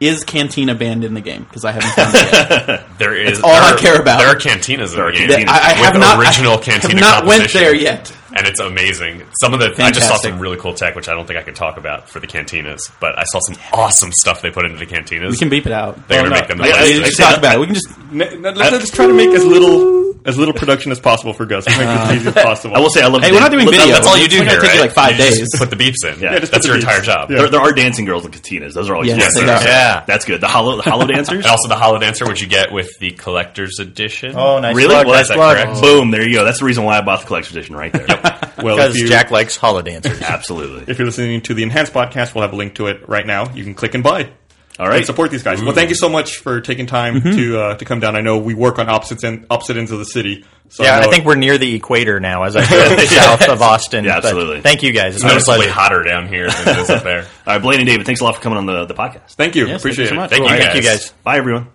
[SPEAKER 5] Is Cantina banned in the game? Because I haven't found
[SPEAKER 8] (laughs)
[SPEAKER 5] it yet.
[SPEAKER 8] there is
[SPEAKER 5] all
[SPEAKER 8] there
[SPEAKER 5] I
[SPEAKER 8] are-
[SPEAKER 5] care about.
[SPEAKER 8] There are cantinas in
[SPEAKER 4] There are
[SPEAKER 8] the game.
[SPEAKER 4] cantinas.
[SPEAKER 5] I, I have
[SPEAKER 8] with
[SPEAKER 5] not
[SPEAKER 8] original
[SPEAKER 5] I
[SPEAKER 8] cantina
[SPEAKER 5] have not went
[SPEAKER 8] composition.
[SPEAKER 5] there yet.
[SPEAKER 8] and it's amazing. Some of the I just saw
[SPEAKER 5] Fantastic.
[SPEAKER 8] some really cool tech, which I don't think I can talk about for the cantinas, but I saw some awesome stuff they put into the cantinas.
[SPEAKER 5] We can beep it out.
[SPEAKER 8] They're
[SPEAKER 3] Oh,
[SPEAKER 8] gonna
[SPEAKER 3] no.
[SPEAKER 8] make them. The
[SPEAKER 4] I- I-
[SPEAKER 8] best.
[SPEAKER 5] We can just
[SPEAKER 4] I-
[SPEAKER 5] talk about it. We can just
[SPEAKER 3] N- n- let's, let's try to make as little as little production as possible for Gus. Make it as easy as possible.
[SPEAKER 4] I will say I love.
[SPEAKER 5] Hey,
[SPEAKER 4] the
[SPEAKER 5] we're
[SPEAKER 4] dan-
[SPEAKER 5] not doing
[SPEAKER 4] look,
[SPEAKER 5] video.
[SPEAKER 4] That's all you
[SPEAKER 5] It's
[SPEAKER 4] do
[SPEAKER 5] not
[SPEAKER 4] here,
[SPEAKER 5] gonna take you
[SPEAKER 4] right?
[SPEAKER 5] like five
[SPEAKER 8] You just
[SPEAKER 5] days.
[SPEAKER 8] put the beeps in.
[SPEAKER 4] Yeah,
[SPEAKER 8] Yeah,
[SPEAKER 3] just
[SPEAKER 8] that's
[SPEAKER 3] put
[SPEAKER 8] your
[SPEAKER 3] the
[SPEAKER 8] entire
[SPEAKER 3] beeps.
[SPEAKER 8] job.
[SPEAKER 3] Yeah.
[SPEAKER 4] There, there are dancing girls in katinas. Those are always
[SPEAKER 5] Yes,
[SPEAKER 4] fun.
[SPEAKER 5] they are.
[SPEAKER 8] Yeah.
[SPEAKER 4] that's good. The hollow the hollow dancers.
[SPEAKER 8] And also the Hollow Dancer, which you get with the collector's edition.
[SPEAKER 7] Oh, nice.
[SPEAKER 4] really?
[SPEAKER 7] Plug,
[SPEAKER 4] Well,
[SPEAKER 7] nice
[SPEAKER 4] that's
[SPEAKER 7] plug.
[SPEAKER 4] correct. Boom! There you go. That's the reason why I bought the collector's edition right there.
[SPEAKER 3] well, if
[SPEAKER 7] Because
[SPEAKER 3] you-
[SPEAKER 7] Jack likes
[SPEAKER 4] (laughs)
[SPEAKER 7] holodancers.
[SPEAKER 4] Absolutely.
[SPEAKER 3] If you're listening to the Enhanced Podcast, we'll have a link to it right now. You can click and buy.
[SPEAKER 4] All right.
[SPEAKER 3] And support these guys. Well, thank you so much for taking time to uh, to come down. I know we work on opposite end, opposite ends of the city. So
[SPEAKER 7] Yeah, I
[SPEAKER 3] know-
[SPEAKER 7] think we're near the equator
[SPEAKER 4] (laughs)
[SPEAKER 7] now, as I said, south of Austin.
[SPEAKER 4] Yeah,
[SPEAKER 7] But
[SPEAKER 4] absolutely.
[SPEAKER 7] Thank you guys. It's been a
[SPEAKER 8] noticeably
[SPEAKER 7] pleasure.
[SPEAKER 8] hotter down here than it is up there.
[SPEAKER 5] (laughs)
[SPEAKER 4] All right, Blaine and David, thanks a lot for coming on the, the podcast.
[SPEAKER 3] Thank you.
[SPEAKER 5] Yes, thank you
[SPEAKER 3] Appreciate
[SPEAKER 5] so
[SPEAKER 3] it.
[SPEAKER 5] much.
[SPEAKER 8] Thank you,
[SPEAKER 7] Thank you
[SPEAKER 8] guys.
[SPEAKER 7] guys.
[SPEAKER 4] Bye, everyone.